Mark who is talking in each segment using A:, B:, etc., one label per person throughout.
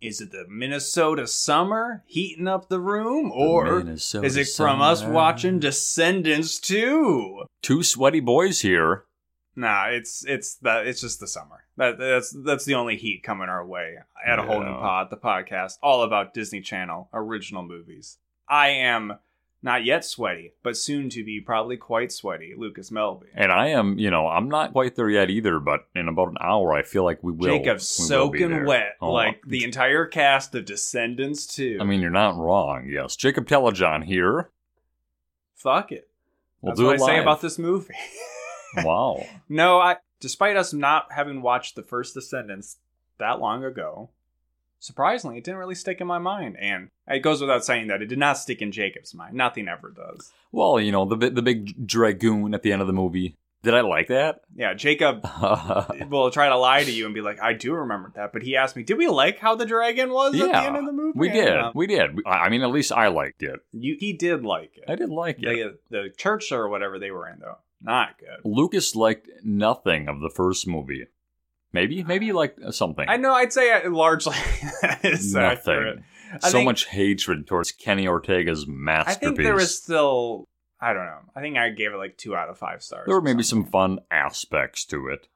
A: Is it the Minnesota summer heating up the room, or
B: Minnesota
A: is it from us
B: summer.
A: watching Descendants too?
B: Two sweaty boys here.
A: Nah, it's it's that it's just the summer. That that's that's the only heat coming our way at a whole new
B: Yeah.
A: pod, the podcast all about Disney Channel original movies. I am not yet sweaty, but soon to be probably quite sweaty. Lucas Melby,
B: And I am, you know, I'm not quite there yet either, but in about an hour, I feel like we will. we will be
A: Jacob's soaking
B: there.
A: wet
B: Oh,
A: like the entire cast of Descendants too.
B: I mean, you're not wrong. Yes. Jacob Telejohn here.
A: fuck it.
B: We'll
A: that's
B: do
A: what I
B: it
A: say
B: live.
A: about this movie.
B: wow.
A: no, I despite us not having watched the first Descendants that long ago, surprisingly, it didn't really stick in my mind. And it goes without saying that it did not stick in Jacob's mind. Nothing ever does.
B: Well, you know, the, bi- the big dragoon at the end of the movie. Did I like that?
A: Yeah, Jacob will try to lie to you and be like, I do remember that. But he asked me, Did we like how the dragon was at the
B: Yeah,
A: end of the movie?
B: we
A: And,
B: did.
A: um,
B: We did. I I mean, at least I liked it.
A: you, he did like
B: I
A: it.
B: did like it.
A: The, the church or whatever they were in, though, not good.
B: Lucas liked nothing of the first movie. Maybe, maybe he liked something.
A: I know. I'd say uh, largely that is
B: Nothing.
A: accurate. I
B: so
A: think-
B: much hatred towards Kenny Ortega's
A: I
B: masterpiece.
A: think there was still. I don't know. I think I gave it like two out of five stars.
B: There were
A: or
B: maybe some
A: something.
B: fun aspects to it.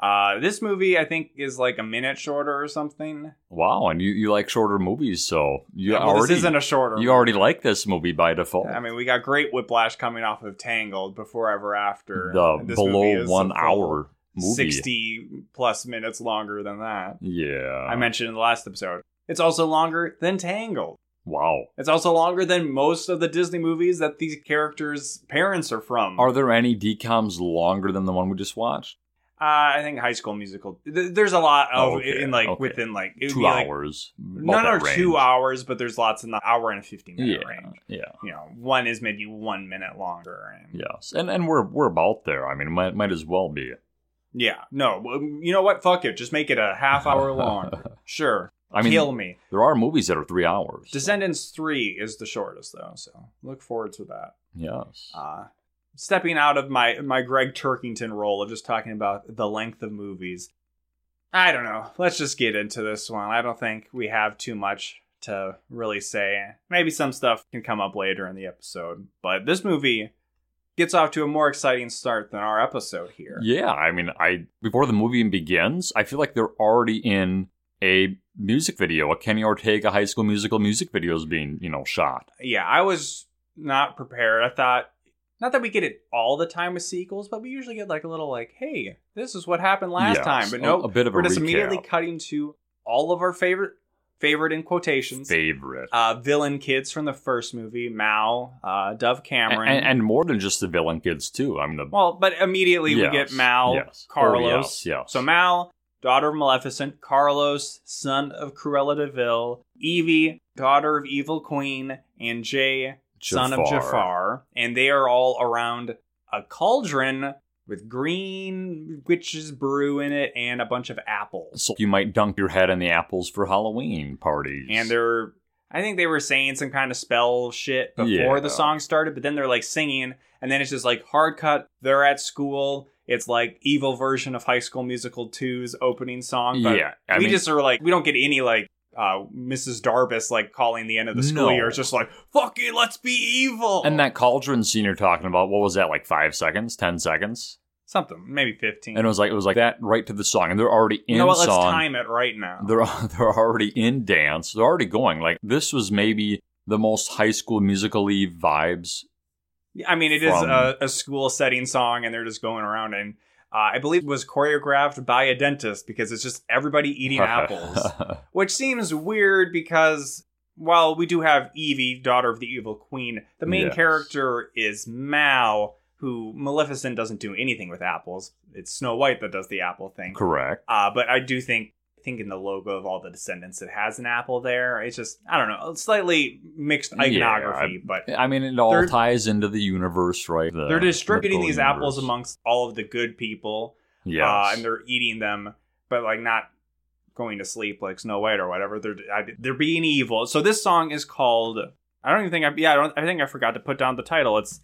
A: Uh, this movie, I think, is like a minute shorter or something. Uh,
B: Wow, and you, you like shorter movies, so you
A: Well,
B: already
A: this isn't a shorter.
B: you already like this movie by default.
A: I mean, we got great Whiplash coming off of Tangled, Before Ever After.
B: the
A: and this movie
B: below
A: is a
B: one
A: full
B: hour movie.
A: sixty plus minutes longer than that.
B: Yeah,
A: I mentioned in the last episode. It's also longer than Tangled.
B: wow.
A: It's also longer than most of the Disney movies that these characters' parents are from.
B: Are there any decoms longer than the one we just watched?
A: Uh, I think High School Musical. Th- There's a lot of
B: Oh, okay,
A: in like
B: okay.
A: within like it would
B: Two
A: be, like,
B: hours,
A: None are
B: About that
A: two
B: range.
A: hours, but there's lots in the hour and fifty minute
B: Yeah,
A: range.
B: yeah.
A: You know, one is maybe one minute longer. And
B: Yes, and and we're we're about there. I mean, might might as well be.
A: yeah, no, well, you know what? Fuck it, just make it a half hour long. Sure,
B: I mean,
A: kill me.
B: there are movies that are three hours.
A: Descendants three is the shortest though, so look forward to that.
B: yes,
A: Uh, stepping out of my my Greg Turkington role of just talking about the length of movies. I don't know. Let's just get into this one. I don't think we have too much to really say. Maybe some stuff can come up later in the episode, but this movie gets off to a more exciting start than our episode here.
B: yeah. I mean, I before the movie even begins, I feel like they're already in a music video. A Kenny Ortega High School Musical music video is being you know shot.
A: yeah, I was not prepared. I thought not that we get it all the time with sequels, but we usually get like a little like, hey, this is what happened last
B: Yes,
A: time. But
B: a-
A: no,
B: a bit of a
A: we're just
B: recap.
A: immediately cutting to all of our favorite favorite in quotations.
B: Favorite.
A: uh, villain kids from the first movie, Mal, uh, Dove
B: and,
A: Cameron,
B: and, and more than just the villain kids too. I mean, the
A: well, but immediately
B: Yes,
A: we get Mal,
B: yes. Oh,
A: Carlos.
B: yes, yes.
A: So Mal, daughter of Maleficent, Carlos, son of Cruella de Vil, Evie, daughter of Evil Queen, and Jay, son of Jafar, and they are all around a cauldron with green witch's brew in it and a bunch of apples.
B: So you might dunk your head in the apples for Halloween parties.
A: And they're I think they were saying some kind of spell shit before the
B: Yeah.
A: song started, but then they're like singing and then it's just like hard cut, they're at school. It's like evil version of High School Musical 2's opening song, but
B: yeah, I
A: we
B: mean,
A: just are like we don't get any like uh, Mrs. Darbus like calling the end of the school
B: No.
A: year. It's just like fuck it, let's be evil.
B: and that cauldron scene you're talking about. What was that? Like five seconds, ten seconds?
A: something maybe 15
B: And it was like it was like that right to the song, and they're already in
A: you know what let's
B: song.
A: time it right now
B: They're they're already in dance. They're already going. Like this was maybe the most High School Musically vibes.
A: i mean it is
B: From-
A: a, a school setting song and they're just going around and uh, i believe it was choreographed by a dentist because it's just everybody eating apples which seems weird because while we do have evie daughter of the evil queen the main
B: Yes.
A: character is mao who maleficent doesn't do anything with apples it's snow white that does the apple thing
B: Correct.
A: Uh, but I do think I think in the logo of all the descendants it has an apple there. It's just I don't know, slightly mixed
B: Yeah,
A: iconography, but
B: I mean, it all
A: They're-
B: ties into the universe, right? The
A: they're distributing
B: mythical
A: these apples
B: universe.
A: amongst all of the good people,
B: Yes.
A: uh, and they're eating them, but like not going to sleep like Snow White or whatever. They're I, they're being evil. So this song is called I don't even think I yeah I don't I think I forgot to put down the title. It's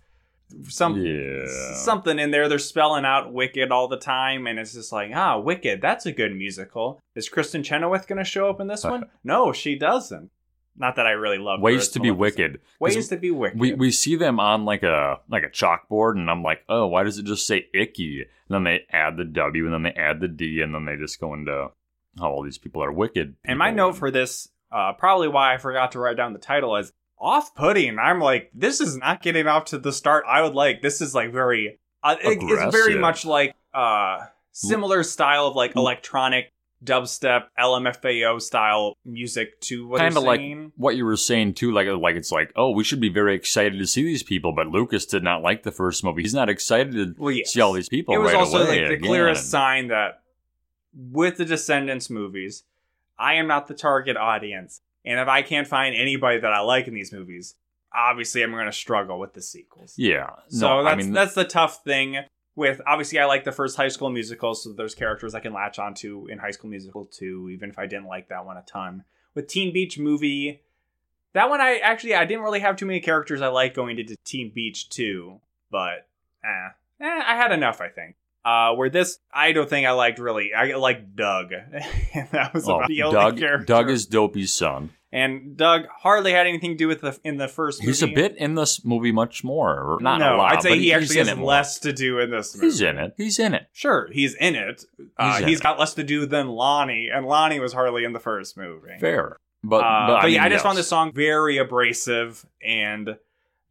A: some
B: yeah.
A: something in there. They're spelling out Wicked all the time, and it's just like, ah, Wicked, that's a good musical. Is Kristen Chenoweth going to show up in this one? No, she doesn't. Not that I really love her
B: Uh, Ways
A: as
B: to be
A: Maleficent.
B: wicked. 'Cause
A: Ways to be wicked.
B: We we see them on like a like a chalkboard, and I'm like, oh, why does it just say icky? And then they add the W, and then they add the D, and then they just go into how all these people are wicked.
A: and my
B: people.
A: note for this, uh, probably why I forgot to write down the title, is off putting. I'm like, this is not getting off to the start I would like. This is like very. Uh, it- it's very
B: Aggressive.
A: much like uh similar style of like electronic dubstep LMFAO style music to what
B: Kinda
A: they're
B: like-
A: singing.
B: what you were saying too, like like it's like, oh, we should be very excited to see these people, but Lucas did not like the first movie. He's not excited to
A: well, yes.
B: see all these people.
A: It was
B: right
A: also
B: away
A: like the
B: again.
A: clearest sign that with the Descendants movies, I am not the target audience, and if I can't find anybody that I like in these movies, obviously I'm going to struggle with the sequels.
B: Yeah. No,
A: so that's
B: I mean,
A: that's the tough thing. With obviously, I like the first High School Musical, so there's characters I can latch onto in High School Musical 2, even if I didn't like that one a ton. With Teen Beach Movie, that one I actually I didn't really have too many characters I like going into Teen Beach 2, but eh, eh, I had enough, I think. Uh, where this I don't think I liked really. I liked Doug. And that was
B: oh,
A: about the only
B: Doug.
A: character.
B: Doug is Dopey's son.
A: and Doug hardly had anything to do with the in the first.
B: He's a
A: movie.
B: bit in this movie much more. or Not
A: no,
B: a lot.
A: I'd say
B: but
A: he
B: he's
A: actually
B: in
A: has
B: it more.
A: less to do in this. Movie.
B: He's in it. He's in it.
A: Sure, he's in it. Uh,
B: He's
A: he's
B: in it.
A: got less to do than Lonnie, and Lonnie was hardly in the first movie.
B: Fair.
A: Uh,
B: But, but, I
A: but yeah,
B: mean,
A: I just
B: yes.
A: found this song very abrasive, and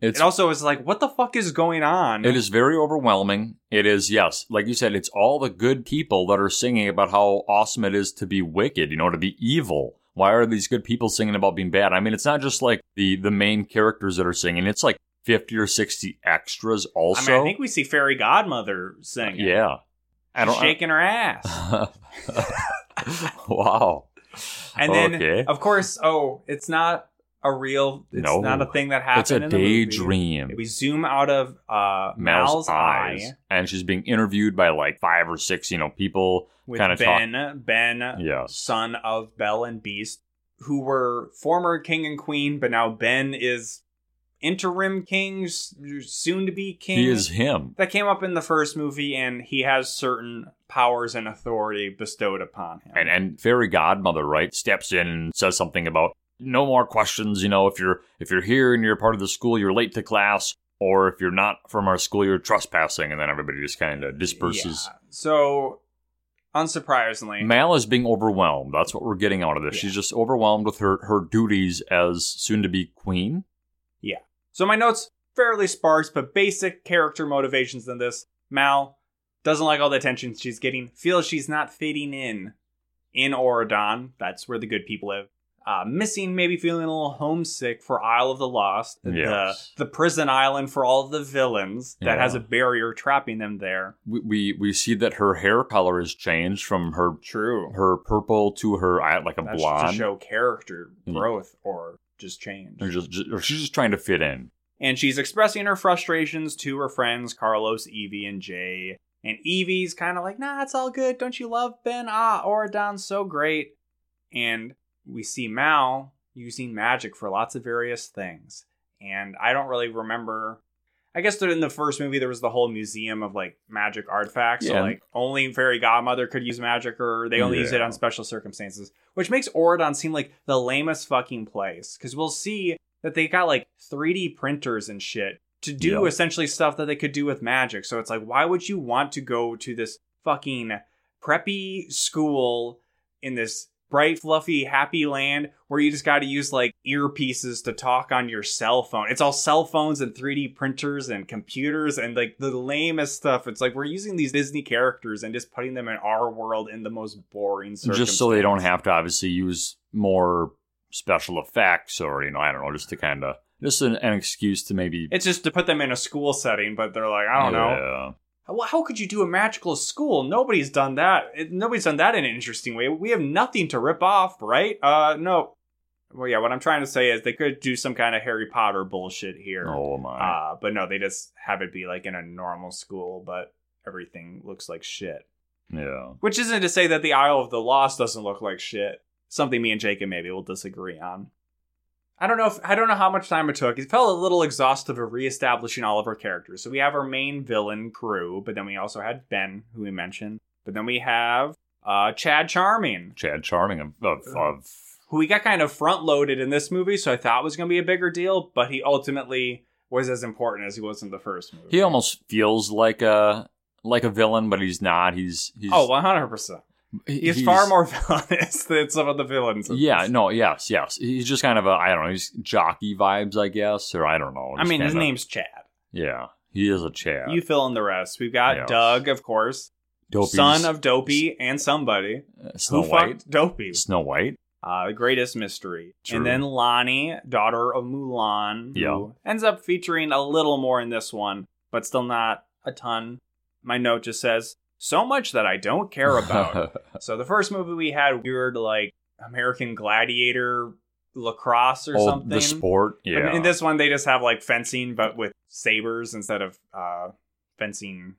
B: It's
A: it also is like, what the fuck is going on?
B: It is very overwhelming. It is, yes, like you said, it's all the good people that are singing about how awesome it is to be wicked, you know, to be evil. Why are these good people singing about being bad? I mean, it's not just like the the main characters that are singing, it's like 50 or 60 extras
A: I
B: also.
A: mean, I think we see Fairy Godmother singing.
B: yeah. I don't
A: shaking her ass.
B: Wow.
A: And then,
B: okay.
A: of course, oh, it's not a real. It's
B: No.
A: not a thing that happened.
B: it's a
A: in the movie.
B: daydream.
A: We zoom out of uh,
B: Mal's,
A: Mal's
B: eyes.
A: eye
B: And she's being interviewed by like five or six, you know, people.
A: with
B: Kinda talk-
A: Ben. Ben
B: Yes.
A: son of Belle and Beast, who were former king and queen, but now Ben is interim king, s- soon to be king.
B: He is him.
A: that came up in the first movie, and he has certain powers and authority bestowed upon him.
B: and and fairy godmother right steps in and says something about no more questions you know if you're if you're here and you're part of the school you're late to class or if you're not from our school you're trespassing and then everybody just kind of disperses
A: Yeah. So, unsurprisingly,
B: mal is being overwhelmed that's what we're getting out of this
A: Yeah.
B: she's just overwhelmed with her her duties as soon to be queen
A: So my notes fairly sparse, but basic character motivations in this. Mal doesn't like all the attention she's getting. Feels she's not fitting in in Oradon. That's where the good people live. Uh, missing, maybe feeling a little homesick for Isle of the Lost,
B: Yes.
A: the the prison island for all the villains that
B: Yeah.
A: has a barrier trapping them there.
B: we, we we see that her hair color has changed from her
A: True,
B: her purple to her I- like a
A: that's
B: blonde
A: to show character
B: Yeah.
A: growth or just change.
B: Or just, just- or she's just trying to fit in
A: and she's expressing her frustrations to her friends Carlos, Evie, and Jay. And Evie's kind of like, "Nah, it's all good. Don't you love Ben? Ah, Oradon's so great." And we see Mal using magic for lots of various things. And I don't really remember. I guess that in the first movie there was the whole museum of like magic artifacts.
B: Yeah.
A: So like only fairy godmother could use magic, or they only use it
B: Yeah.
A: on special circumstances, which makes Oradon seem like the lamest fucking place. Because we'll see that they got like 3D printers and shit to do
B: Yeah.
A: essentially stuff that they could do with magic. So it's like, why would you want to go to this fucking preppy school in this bright, fluffy, happy land where you just got to use like earpieces to talk on your cell phone? It's all cell phones and 3D printers and computers and like the lamest stuff. It's like we're using these Disney characters and just putting them in our world in the most boring circumstances.
B: just so they don't have to obviously use more special effects or you know I don't know just to kind of just an, an excuse to maybe
A: It's just to put them in a school setting, but they're like, I don't know. Well, how could you do a magical school? Nobody's done that. It- Nobody's done that in an interesting way. We have nothing to rip off, right? Uh, no. Well, yeah. What I'm trying to say is they could do some kind of Harry Potter bullshit here.
B: Oh my!
A: Uh, but no, they just have it be like in a normal school, but everything looks like shit.
B: yeah,
A: Which isn't to say that the Isle of the Lost doesn't look like shit. Something me and Jacob maybe will disagree on. I don't know if I don't know how much time it took. It felt a little exhaustive of reestablishing all of our characters. So we have our main villain crew, but then we also had Ben, who we mentioned. But then we have uh, Chad Charming,
B: Chad Charming of, of,
A: uh,
B: of
A: who we got kind of front loaded in this movie, so I thought was going to be a bigger deal, but he ultimately was as important as he was in the first movie.
B: he almost feels like a like a villain, but he's not. He's he's
A: oh, 100 percent. He's, far more villainous than some of the villains. in
B: Yeah,
A: this.
B: no, yes, yes. He's just kind of a I don't know. He's jockey vibes, I guess, or I don't know.
A: I mean
B: Just
A: his
B: kinda-
A: name's Chad.
B: Yeah, he is a Chad.
A: You fill in the rest. We've got
B: Yeah.
A: Doug, of course,
B: Dopey's-
A: son of Dopey and somebody
B: uh, Snow
A: who
B: White.
A: fucked Dopey.
B: Snow White.
A: uh, the greatest mystery.
B: True.
A: And then Lonnie, daughter of Mulan,
B: Yeah.
A: who ends up featuring a little more in this one, but still not a ton. My note just says, so much that I don't care about. so the first movie we had weird, like, American Gladiator lacrosse or
B: Oh,
A: something.
B: the sport.
A: But
B: Yeah.
A: in this one, they just have, like, fencing, but with sabers instead of uh, fencing.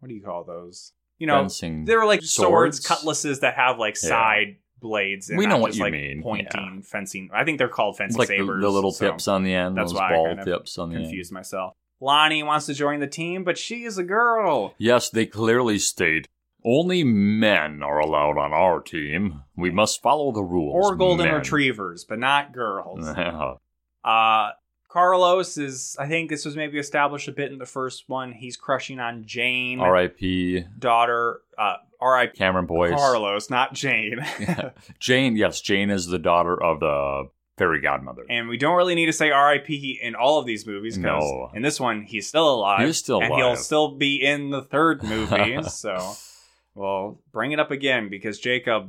A: What do you call those? You know,
B: fencing.
A: they were like swords,
B: Swords?
A: cutlasses that have like
B: Yeah.
A: side blades. And
B: We know
A: not
B: what
A: just,
B: you
A: like,
B: mean,
A: Pointing, fencing. I think they're called fencing
B: like the,
A: sabers.
B: the little
A: so
B: tips on the end.
A: that's
B: those
A: why I
B: ball
A: kind of
B: tips on the end.
A: Confused myself. Lonnie wants to join the team, but she is a girl.
B: Yes, they clearly state only men are allowed on our team. We must follow the rules.
A: Or golden
B: men."
A: retrievers, but not girls.
B: Yeah.
A: uh, Carlos is, I think this was maybe established a bit in the first one. He's crushing on Jane,
B: R.I.P.
A: daughter, uh, R.I.
B: Cameron Boyce.
A: Carlos, not Jane.
B: Jane, yes, Jane is the daughter of the fairy godmother.
A: And we don't really need to say R.I.P. in all of these movies because
B: No.
A: in this one he's still alive.
B: He's still
A: and
B: alive.
A: he'll still be in the third movie. so, well, bring it up again because Jacob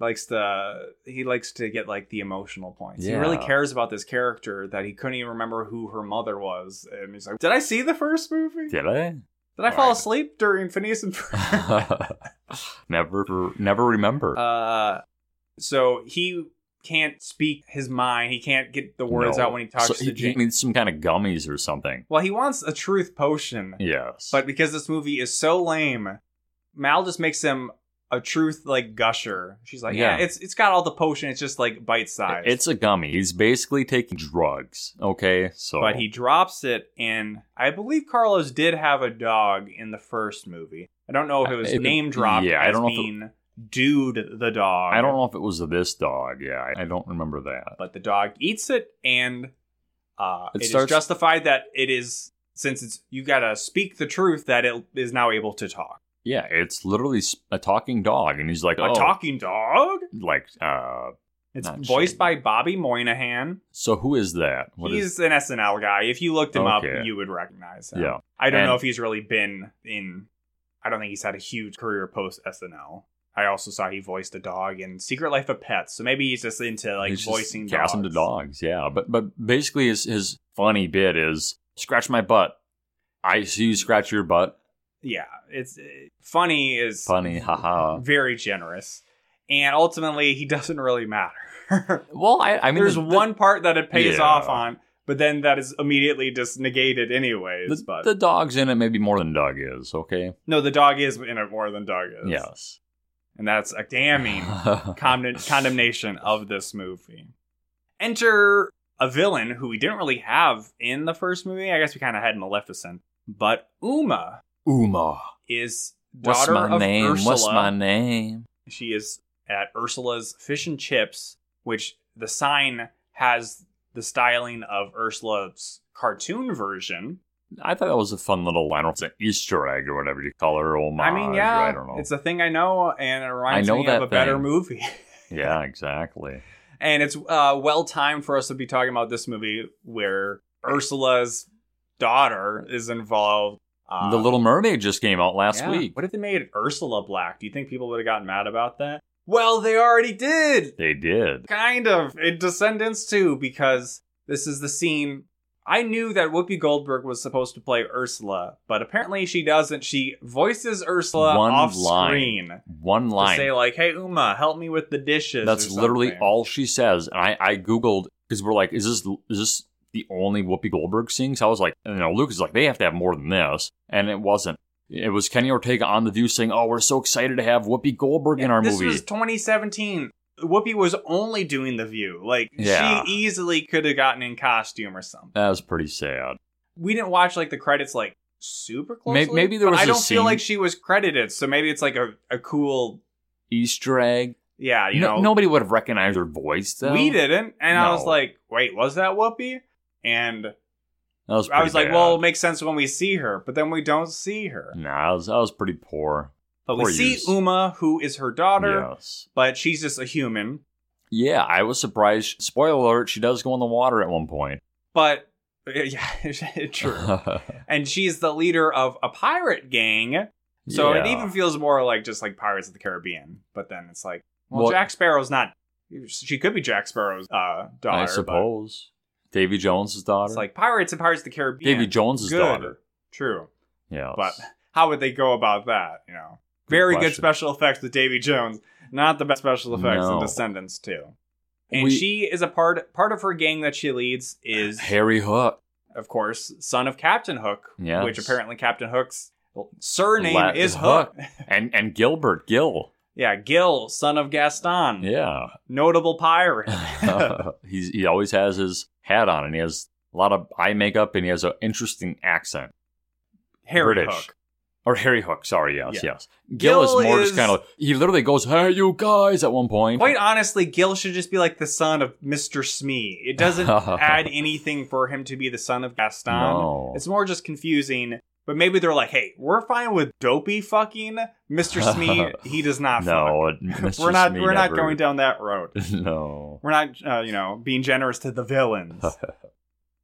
A: likes to he likes to get like the emotional points. He really
B: Yeah.
A: cares about this character that he couldn't even remember who her mother was, and he's like, "Did I see the first movie?
B: Did I?
A: Did I fall
B: Right.
A: asleep during Phineas and Ferb?"
B: never, never remember.
A: Uh, so he can't speak his mind. He can't get the words
B: No.
A: out when he talks
B: So
A: to
B: he, he
A: Jane.
B: needs some kind of gummies or something.
A: Well, he wants a truth potion,
B: Yes,
A: but because this movie is so lame, Mal just makes him a truth like gusher. She's like, yeah,
B: Yeah.
A: it's it's got all the potion. It's just like bite sized.
B: it's a gummy. He's basically taking drugs. Okay, so
A: but he drops it, and I believe Carlos did have a dog in the first movie. I don't know if it was
B: Uh, If it-
A: name dropped
B: yeah, I
A: as
B: don't know if it-
A: being dude the dog.
B: I don't know if it was this dog. Yeah, I, I don't remember that.
A: but the dog eats it and uh,
B: It
A: it is
B: starts-
A: justified that it is since it's you gotta speak the truth that it is now able to talk.
B: Yeah, it's literally s- a talking dog, and he's like,
A: A
B: oh,
A: talking dog?
B: like, uh,
A: It's
B: Not
A: voiced
B: sure.
A: by Bobby Moynihan.
B: so who is that? What
A: he's
B: is?
A: an SNL guy. If you looked him
B: Okay.
A: up, you would recognize him.
B: Yeah,
A: I don't know
B: And-
A: if he's really been in. I don't think he's had a huge career post SNL. I also saw he voiced a dog in Secret Life of Pets, so maybe he's just into like
B: He's just
A: voicing dogs.
B: casting to dogs. Yeah, but but basically his his funny bit is scratch my butt. I see you scratch your butt.
A: Yeah, it's uh, funny is
B: Funny, haha.
A: very generous, and ultimately he doesn't really matter.
B: Well, I, I mean,
A: There's
B: the-
A: one part that it pays
B: Yeah.
A: off on, but then that is immediately just negated anyways.
B: The,
A: but
B: the dog's in it maybe more than Doug is. Okay.
A: No, the dog is in it more than Doug is.
B: Yes.
A: And that's a damning condemn- condemnation of this movie. Enter a villain who we didn't really have in the first movie. I guess we kind of had Maleficent. But Uma
B: Uma.
A: is
B: What's
A: daughter
B: my
A: of
B: name?
A: Ursula.
B: What's my name?
A: She is at Ursula's Fish and Chips, which the sign has the styling of Ursula's cartoon version.
B: I thought that was a fun little line. It's an Easter egg or whatever you call it. Or homage,
A: I mean,
B: or
A: yeah,
B: I don't know.
A: it's a thing I know, and it reminds
B: know
A: me
B: that
A: of a better
B: thing.
A: movie.
B: yeah, exactly.
A: and it's uh, well timed for us to be talking about this movie where Ursula's daughter is involved. Uh,
B: the Little Mermaid just came out last
A: yeah.
B: week.
A: What if they made Ursula black? Do you think people would have gotten mad about that? Well, they already did,
B: They did.
A: kind of in Descendants too, because this is the scene. I knew that Whoopi Goldberg was supposed to play Ursula, but apparently she doesn't. She voices Ursula
B: One
A: off
B: line.
A: screen.
B: One
A: to
B: line.
A: say like, "Hey Uma, help me with the dishes." or
B: That's literally
A: something.
B: all she says. And I, I Googled because we're like, is this is this the only Whoopi Goldberg sings? I was like, you know, Luke is like, they have to have more than this. And it wasn't. It was Kenny Ortega on The View saying, oh, we're so excited to have Whoopi Goldberg in our
A: this
B: movie.
A: was 2017. Whoopi was only doing the view. Like
B: Yeah.
A: she easily could have gotten in costume or something.
B: That was pretty sad.
A: we didn't watch like the credits like super closely.
B: maybe there
A: but
B: was
A: I
B: a
A: don't feel
B: scene-
A: like she was credited, so maybe it's like a, a cool
B: Easter egg.
A: yeah, you
B: No-
A: know.
B: nobody would have recognized her voice though.
A: we didn't. And I was
B: No.
A: like, wait, was that Whoopi? And
B: That was
A: I was
B: pretty
A: like,
B: bad.
A: well, it makes sense when we see her, but then we don't see her.
B: nah, that was, that was pretty poor.
A: But we
B: Poor
A: see
B: use.
A: Uma, who is her daughter,
B: Yes.
A: but she's just a human.
B: Yeah, I was surprised. Spoiler alert: she does go in the water at one point.
A: But yeah,
B: Uh-huh.
A: true. and she's the leader of a pirate gang. So it
B: Yeah.
A: even feels more like just like Pirates of the Caribbean. But then it's like, well,
B: Well-
A: Jack Sparrow's not. She could be Jack Sparrow's uh, daughter.
B: I
A: but
B: suppose Davy Jones's daughter.
A: It's like Pirates and Pirates of the Caribbean.
B: Davy Jones's
A: Good.
B: daughter.
A: True.
B: Yeah,
A: But how would they go about that? You know,
B: Good
A: very
B: question.
A: good special effects with Davy Jones. Not the best special effects
B: No.
A: in Descendants too. And
B: We-
A: she is a part part of her gang that she leads is
B: Harry Hook.
A: of course son of Captain Hook,
B: Yes.
A: which apparently Captain Hook's surname
B: La-
A: is
B: Hook.
A: Hook.
B: and and Gilbert Gill.
A: Yeah, Gil, son of Gaston,
B: Yeah,
A: notable pirate.
B: he's he always has his hat on, and he has a lot of eye makeup, and he has an interesting accent.
A: Harry
B: British.
A: Hook.
B: Or Harry Hook, sorry, yes,
A: Yeah.
B: yes. Gill,
A: Gill
B: is more
A: is-
B: just kind of he literally goes, "Hey, you guys!" at one point.
A: Quite honestly, Gil should just be like the son of Mr. Smee. It doesn't add anything for him to be the son of Gaston.
B: No.
A: It's more just confusing. But maybe they're like, hey, we're fine with dopey fucking Mr. Smee. He does not fuck.
B: no, it- Mr.
A: We're not
B: Smee
A: we're not
B: never-
A: going down that road.
B: No.
A: We're not uh, you know, being generous to the villains.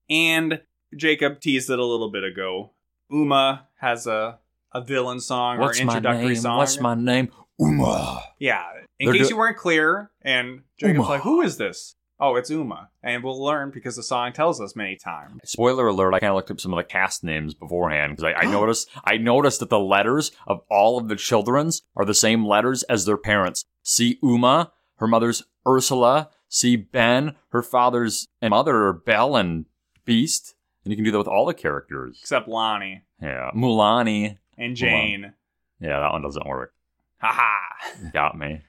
A: and Jacob teased it a little bit ago. Uma has a a villain song
B: What's
A: or
B: my
A: introductory
B: name?
A: song.
B: What's my name? Uma.
A: Yeah. In
B: They're
A: case
B: do-
A: you weren't clear, and Jacob's
B: Uma.
A: like, who is this? Oh, it's Uma. And we'll learn because the song tells us many times.
B: Spoiler alert! I kind of looked up some of the cast names beforehand because I, I noticed I noticed that the letters of all of the childrens are the same letters as their parents. See Uma, her mother's Ursula. See Ben, her father's and mother are Belle and Beast. And you can do that with all the characters.
A: Except Lonnie
B: Yeah, Mulani.
A: and Jane.
B: Yeah, that one doesn't work.
A: Haha.
B: Got me.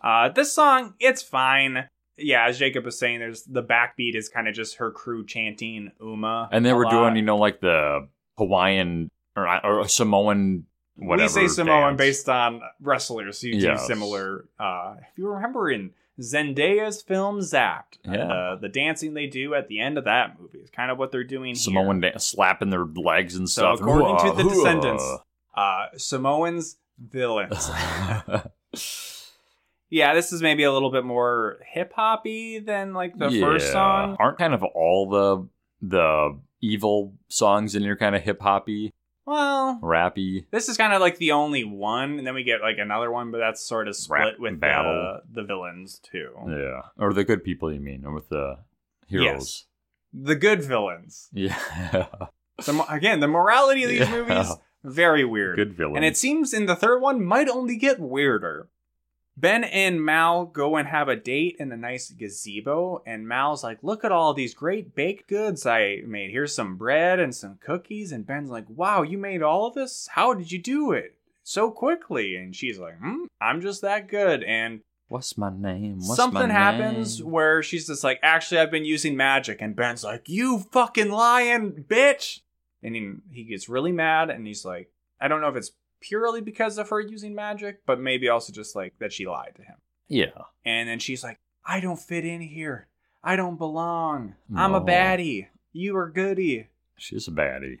A: Uh, this song, it's fine. Yeah, as Jacob was saying, there's the backbeat is kind of just her crew chanting Uma.
B: And they
A: a
B: were
A: lot.
B: doing, you know, like the Hawaiian or, or Samoan whatever.
A: We say Samoan
B: dance.
A: based on wrestlers who
B: Yes.
A: do similar. Uh, if you remember in Zendaya's film Zapped, uh,
B: Yeah.
A: the, the dancing they do at the end of that movie is kind of what they're doing here.
B: Samoan da- slapping their legs and
A: So
B: stuff.
A: according to the
B: Hoo-ah, hoo-ah.
A: Descendants, uh, Samoans villains. yeah, this is maybe a little bit more hip hoppy than like the first
B: Yeah.
A: song.
B: aren't kind of all the the evil songs in here kind of hip hoppy,
A: Well,
B: rappy.
A: this is kind of like the only one, and then we get like another one, but that's sort of split
B: Rap
A: with uh,
B: battle.
A: The, the villains too.
B: Yeah, or the good people you mean, or with the heroes.
A: The good villains.
B: Yeah,
A: The, mo- again, the morality of these
B: Yeah.
A: movies very weird.
B: good villains.
A: And it seems in the third one might only get weirder. Ben and Mal go and have a date in a nice gazebo, and Mal's like, Look at all these great baked goods I made. Here's some bread and some cookies. And Ben's like, Wow, you made all of this? How did you do it so quickly? And she's like, Hmm, I'm just that good. And
B: what's my name? What's my
A: something happens
B: name?
A: where she's just like, Actually, I've been using magic. And Ben's like, You fucking lying bitch. And he, he gets really mad, and he's like, I don't know if it's purely because of her using magic, but maybe also just like that she lied to him.
B: Yeah,
A: And then she's like, I don't fit in here. I don't belong. I'm a
B: No.
A: baddie. You are goody.
B: she's a baddie.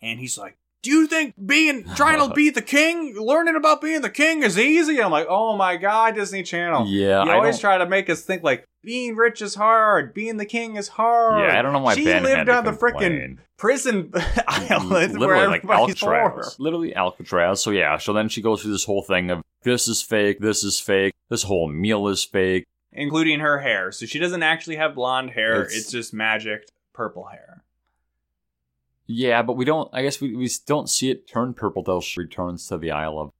A: And he's like, Do you think being trying to be the king, learning about being the king is easy? I'm like, Oh my god, Disney Channel.
B: Yeah,
A: you
B: Uh, I
A: always
B: don't-
A: try to make us think like being rich is hard, being the king is hard.
B: Yeah, I don't know why
A: She
B: Ben
A: lived
B: had to
A: on the frickin'
B: complain.
A: prison island where
B: literally like
A: everybody's poor.
B: Alcatraz. Literally Alcatraz. So yeah, so then she goes through this whole thing of this is fake, this is fake, this whole meal is fake.
A: including her hair. So she doesn't actually have blonde hair. It's,
B: It's-
A: just magic purple hair.
B: Yeah, but we don't. I guess we, we don't see it turn purple till she returns to the Isle of.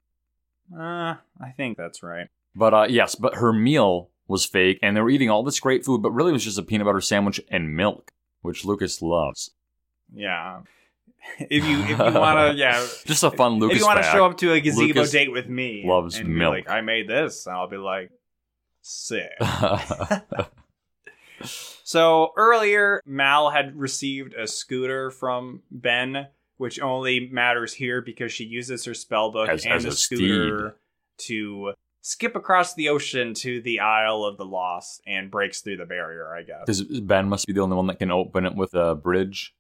A: Uh, I think that's right.
B: But uh, yes, but her meal was fake, and they were eating all this great food, but really it was just a peanut butter sandwich and milk, which Lucas loves.
A: Yeah. If you if you want to yeah,
B: just a fun Lucas.
A: if you want to
B: fact.
A: show up to a gazebo
B: Lucas
A: date with me,
B: loves
A: and be
B: milk.
A: like I made this, and I'll be like, sick. So earlier, Mal had received a scooter from Ben, which only matters here because she uses her spellbook
B: As-
A: and
B: as
A: the
B: a
A: scooter to skip across the ocean to the Isle of the Lost and breaks through the barrier, I guess.
B: Because Ben must be the only one that can open it with a bridge.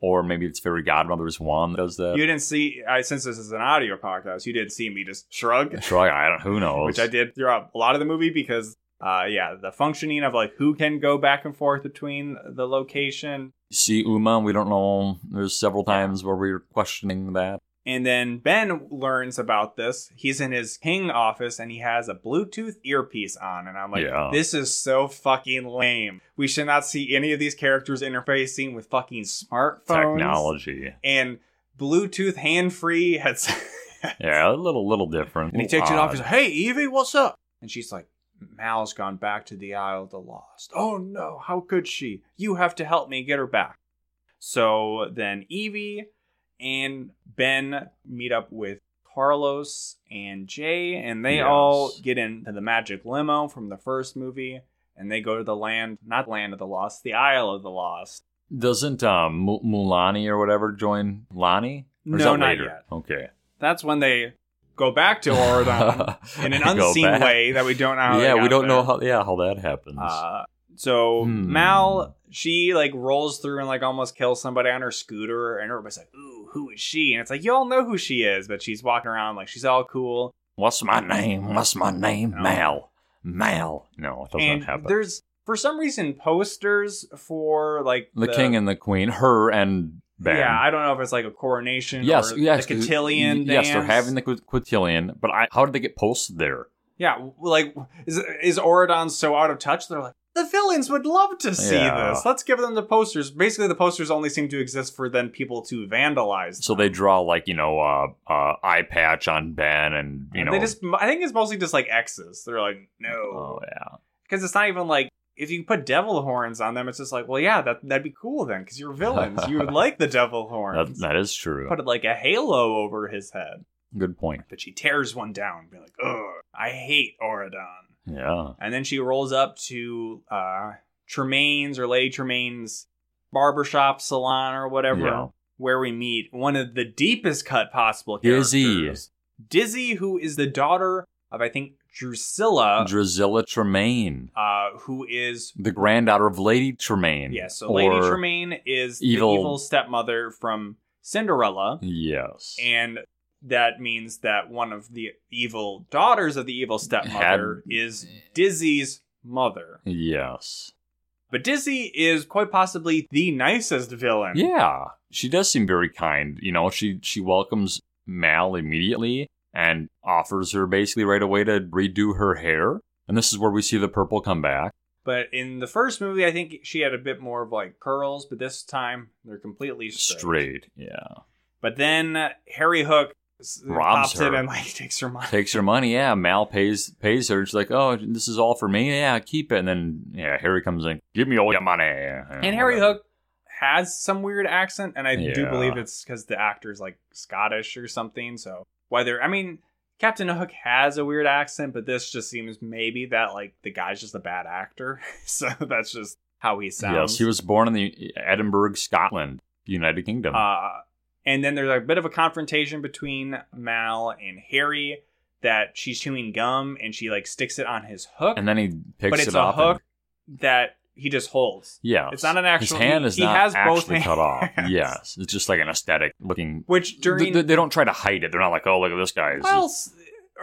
B: Or maybe it's Fairy Godmother's wand that does that.
A: You didn't see, I, since this is an audio podcast, you didn't see me just shrug,
B: Sure, I I don't, who knows?
A: which I did throughout a lot of the movie because, uh, yeah, the functioning of like who can go back and forth between the location
B: See Uma, we don't know. There's several times where we were questioning that.
A: And then Ben learns about this. He's in his king office and he has a Bluetooth earpiece on. And I'm like,
B: Yeah.
A: this is so fucking lame. We should not see any of these characters interfacing with fucking smartphones.
B: Technology.
A: And Bluetooth hand free headset.
B: Yeah, a little little different.
A: and he takes it off.
B: Odd.
A: He's like, hey, Evie, what's up? And she's like, Mal's gone back to the Isle of the Lost. Oh no, how could she? You have to help me get her back. So then Evie and Ben meet up with Carlos and Jay, and they
B: Yes.
A: all get into the magic limo from the first movie, and they go to the land, not land of the lost, the Isle of the Lost.
B: Doesn't um, Mu- Mulani or whatever join Lani? Or is
A: No,
B: that
A: not
B: later?
A: yet.
B: Okay.
A: That's when they go back to Oridon in an
B: Go
A: unseen
B: back.
A: way that we don't know. how they
B: yeah, we
A: got
B: don't know
A: there.
B: how. Yeah, how that happens.
A: Uh, so
B: Hmm.
A: Mal, she like rolls through and like almost kills somebody on her scooter, and everybody's like, "Ooh, who is she?" And it's like, "Y'all know who she is," but she's walking around like she's all cool.
B: What's my name? What's my name?
A: No.
B: Mal. Mal. No, it doesn't
A: and
B: happen.
A: there's for some reason posters for like
B: the, king and the queen, her and Ben.
A: Yeah, I don't know if it's like a coronation.
B: yes,
A: or
B: yes,
A: the
B: 'cause-
A: cotillion.
B: y- Yes, they're having the quit- cotillion, but I, how did they get posted there?
A: yeah. w- Like, is is Oridon so out of touch? They're like. The villains would love to see
B: Yeah.
A: this. Let's give them the posters. Basically, the posters only seem to exist for then people to vandalize.
B: So they draw like you know uh, uh, eye patch on Ben, and you know
A: they just i think it's mostly just like x's they're like no
B: Oh yeah,
A: because it's not even like if you put devil horns on them it's just like well yeah that, that'd be cool then because you're villains you would like the devil
B: that,
A: horns
B: that is true.
A: put like a halo over his head
B: Good point.
A: but she tears one down be like ugh i hate oridon
B: Yeah.
A: and then she rolls up to uh tremaine's or lady tremaine's barbershop salon or whatever
B: Yeah.
A: where we meet one of the deepest cut possible
B: Dizzy.
A: characters. Dizzy, who is the daughter of I think Drusilla,
B: Drizella Tremaine,
A: uh, who is
B: the granddaughter of Lady Tremaine.
A: yeah. So Lady
B: or-
A: Tremaine is
B: evil-
A: the evil stepmother from Cinderella,
B: Yes.
A: and that means that one of the evil daughters of the evil stepmother is Dizzy's mother.
B: yes.
A: But Dizzy is quite possibly the nicest villain.
B: Yeah. She does seem very kind. You know, she she welcomes Mal immediately and offers her basically right away to redo her hair. And this is where we see the purple come back.
A: But in the first movie, I think she had a bit more of like curls, but this time they're completely straight.
B: Straight. Yeah.
A: But then uh, Harry Hook s- uh,
B: Robs
A: pops it
B: her.
A: and like takes her money.
B: Takes her money. Yeah. Mal pays pays her. She's like, oh, this is all for me. Yeah, keep it. And then yeah, Harry comes in. Give me all your money.
A: and Harry Hook has some weird accent, and I do
B: Yeah.
A: believe it's because the actor's like Scottish or something. So whether I mean Captain Hook has a weird accent, but this just seems maybe that like the guy's just a bad actor, so that's just how he sounds.
B: Yes, he was born in the Edinburgh, Scotland, United Kingdom.
A: Uh, and then there's a bit of a confrontation between Mal and Harry that she's chewing gum and she like sticks it on his hook,
B: and then he picks
A: but it's
B: it
A: a
B: up.
A: hook
B: and,
A: that he just holds,
B: yeah,
A: It's not an actual-
B: His hand
A: he-
B: is
A: he
B: not
A: has both
B: actually cut off.
A: hands.
B: Yes, it's just like an aesthetic looking.
A: which during
B: they, they don't try to hide it. They're not like, oh, look at this guy. It's just-
A: well s-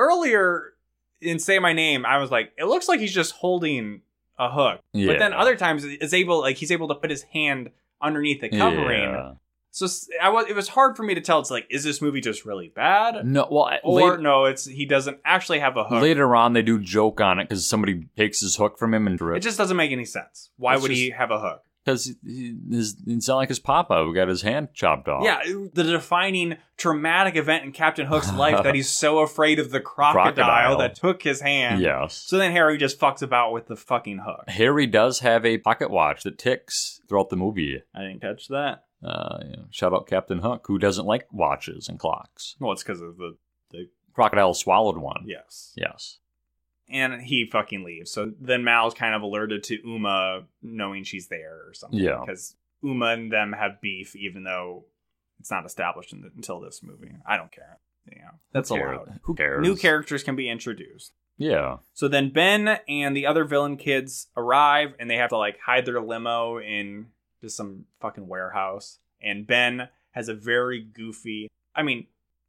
A: earlier in Say My Name, I was like, it looks like he's just holding a hook,
B: yeah.
A: but then other times it's able like he's able to put his hand underneath the covering.
B: Yeah.
A: So s- I was it was hard for me to tell. It's like, is this movie just really bad?
B: No, well,
A: Or
B: later,
A: no, it's he doesn't actually have a hook.
B: later on they do joke on it because somebody takes his hook from him and
A: It
B: drips.
A: just doesn't make any sense. Why
B: It's
A: would he have a hook?
B: Because his, it's not like his papa who got his hand chopped off.
A: Yeah, it- the defining traumatic event in Captain Hook's life that he's so afraid of the crocodile,
B: Crocodile.
A: that took his hand.
B: Yes.
A: So then Harry just fucks about with the fucking hook.
B: Harry does have a pocket watch that ticks throughout the movie.
A: I didn't catch that.
B: Uh, you know, shout out Captain Hook, who doesn't like watches and clocks.
A: Well, it's because of the
B: Crocodile swallowed one.
A: yes.
B: Yes.
A: and he fucking leaves. So then Mal's kind of alerted to Uma knowing she's there or something.
B: Yeah.
A: Because Uma and them have beef, even though it's not established in until this movie. I don't care. You know,
B: That's
A: care.
B: all. Who cares?
A: new characters can be introduced.
B: Yeah.
A: So then Ben and the other villain kids arrive and they have to like hide their limo in just some fucking warehouse. And Ben has a very goofy, I mean,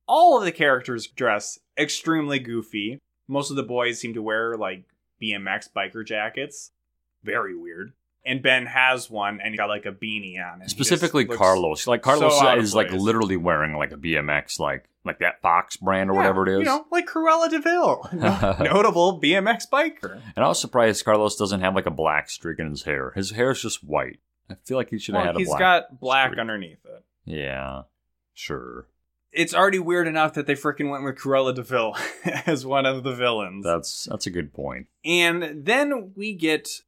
A: all of the characters dress extremely goofy. Most of the boys seem to wear like BMX biker jackets. Very weird. And Ben has one and he got like a beanie on. and he just
B: Specifically
A: looks-
B: Carlos. Like Carlos
A: so out of
B: is like
A: place.
B: literally wearing like a BMX like like that Fox brand or whatever
A: Yeah,
B: it is.
A: You know, like Cruella DeVille, no- notable BMX biker.
B: And I was surprised Carlos doesn't have like a black streak in his hair. His hair is just white. I feel like he should have
A: Well,
B: had a
A: he's
B: black.
A: got black
B: streak.
A: underneath it.
B: yeah. Sure.
A: It's already weird enough that they freaking went with Cruella Deville as one of the villains.
B: That's that's a good point.
A: and then we get,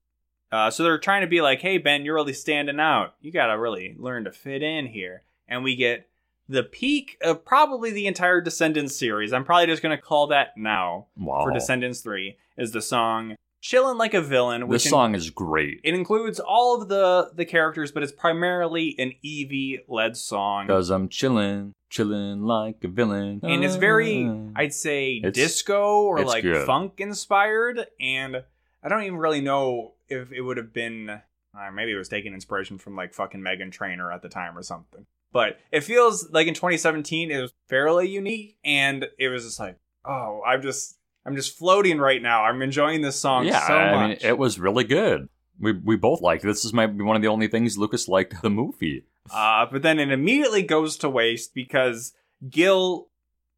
A: uh, so they're trying to be like, "Hey Ben, you're really standing out. You gotta really learn to fit in here." And we get the peak of probably the entire Descendants series. I'm probably just gonna call that now
B: Wow.
A: for Descendants Three is the song "Chillin' Like a Villain," which
B: This
A: in-
B: song is great.
A: it includes all of the the characters, but it's primarily an Evie led song.
B: Because I'm chilling, chilling like a villain. Ah.
A: and it's very
B: Oh.
A: i'd say
B: It's-
A: disco or
B: it's
A: like
B: good.
A: funk inspired and i don't even really know if it would have been uh, maybe it was taking inspiration from like fucking megan trainor at the time or something but it feels like in 2017 it was fairly unique and it was just like oh i'm just i'm just floating right now i'm enjoying this song
B: yeah,
A: so
B: I mean,
A: much
B: it was really good. We we both liked it. This is might be one of the only things Lucas liked the movie.
A: Uh, but then it immediately goes to waste because gil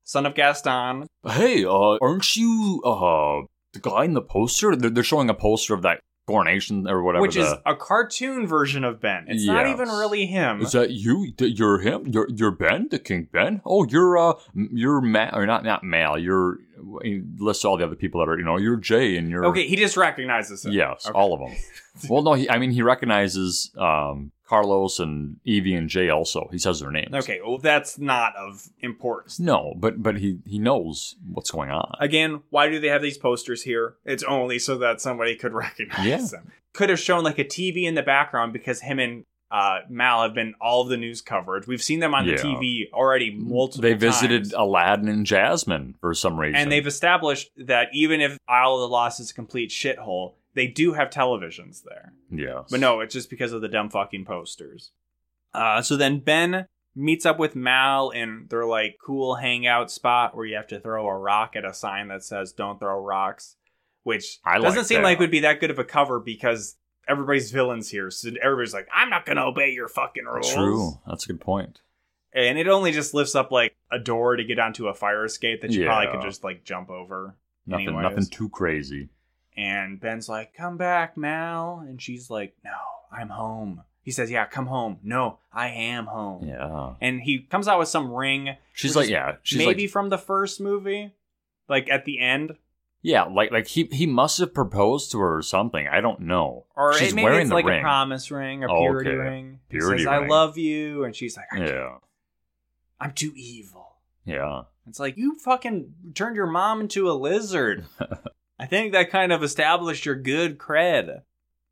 A: son of gaston
B: Hey, uh, aren't you uh the guy in the poster? They're, they're showing a poster of that coronation or whatever.
A: which is
B: the-
A: a cartoon version of Ben. It's not
B: Yes.
A: even really him.
B: Is that you? Th- You're him. You're you're Ben, the King Ben. Oh, you're uh, m- you're Mal, or not not Mal. You're he lists all the other people that are you know. You're Jay, and you're
A: okay, he just recognizes him.
B: Yes,
A: Okay.
B: all of them. well, no, he, I mean he recognizes um, Carlos and Evie and Jay also. He says their names.
A: Okay, well, that's not of importance.
B: No, but but he he knows what's going on.
A: Again, why do they have these posters here? It's only so that somebody could recognize
B: Yeah.
A: them. Could have shown like a TV in the background because him and uh, Mal have been all of the news coverage. We've seen them on
B: Yeah.
A: the TV already multiple
B: They visited
A: times.
B: Aladdin and Jasmine for some reason.
A: And they've established that even if Isle of the Lost is a complete shithole, they do have televisions there.
B: yeah,
A: But no, it's just because of the dumb fucking posters. Uh, so then Ben meets up with Mal in their like cool hangout spot where you have to throw a rock at a sign that says "Don't throw rocks," which
B: I like
A: doesn't seem
B: that.
A: like would be that good of a cover because everybody's villains here. So everybody's like, "I'm not gonna obey your fucking rules."
B: true. That's a good point.
A: And it only just lifts up like a door to get onto a fire escape that you probably
B: Yeah.
A: could just like jump over.
B: Nothing
A: Anyways.
B: nothing too crazy.
A: And Ben's like, "Come back, Mal," and she's like, "No, I'm home." He says, "Yeah, come home." No, I am home.
B: Yeah,
A: And he comes out with some ring,
B: she's
A: Which
B: like
A: is
B: yeah, she's
A: maybe
B: like
A: from the first movie, like at the end,
B: yeah, like like he he must have proposed to her or something. I don't know.
A: or
B: she's
A: it, maybe
B: wearing
A: it's
B: the
A: like
B: ring.
A: a promise ring, a
B: Oh,
A: purity
B: okay.
A: ring.
B: Purity
A: he says, "I
B: ring.
A: love you," and she's like, I can't.
B: yeah,
A: "I'm too evil."
B: yeah.
A: It's like you fucking turned your mom into a lizard. I think that kind of established your good cred,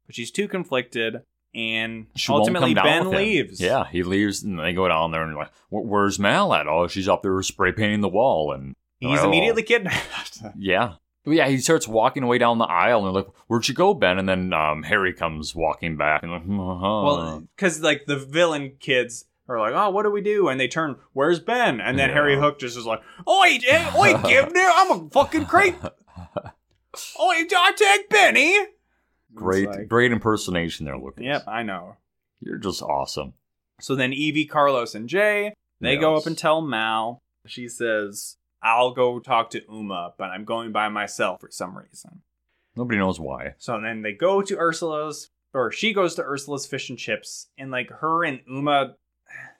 A: but she's too conflicted, and
B: She won't
A: ultimately
B: come down
A: Ben
B: with him.
A: leaves.
B: Yeah, he leaves, and they go down there and like, "Wh- where's Mal at? Oh, she's up there spray painting the wall, and
A: He's
B: Oh.
A: immediately kidnapped.
B: Yeah. Well, Yeah, he starts walking away down the aisle and they're like, Where'd you go, Ben? And then um, Harry comes walking back and like, uh-huh.
A: well, because like the villain kids are like, oh, what do we do? And they turn, where's Ben? And then
B: Yeah.
A: Harry Hook just is like, oi, eh, oi, Gibney, I'm a fucking creep. Oi, I take Benny.
B: great,
A: It's like,
B: great impersonation there, Lucas.
A: Yep, I know.
B: You're just awesome.
A: So then Evie, Carlos, and Jay They go
B: Yes.
A: up and tell Mal. She says, I'll go talk to Uma, but I'm going by myself for some reason.
B: Nobody knows why.
A: So then they go to Ursula's, or she goes to Ursula's fish and chips, and like her and Uma,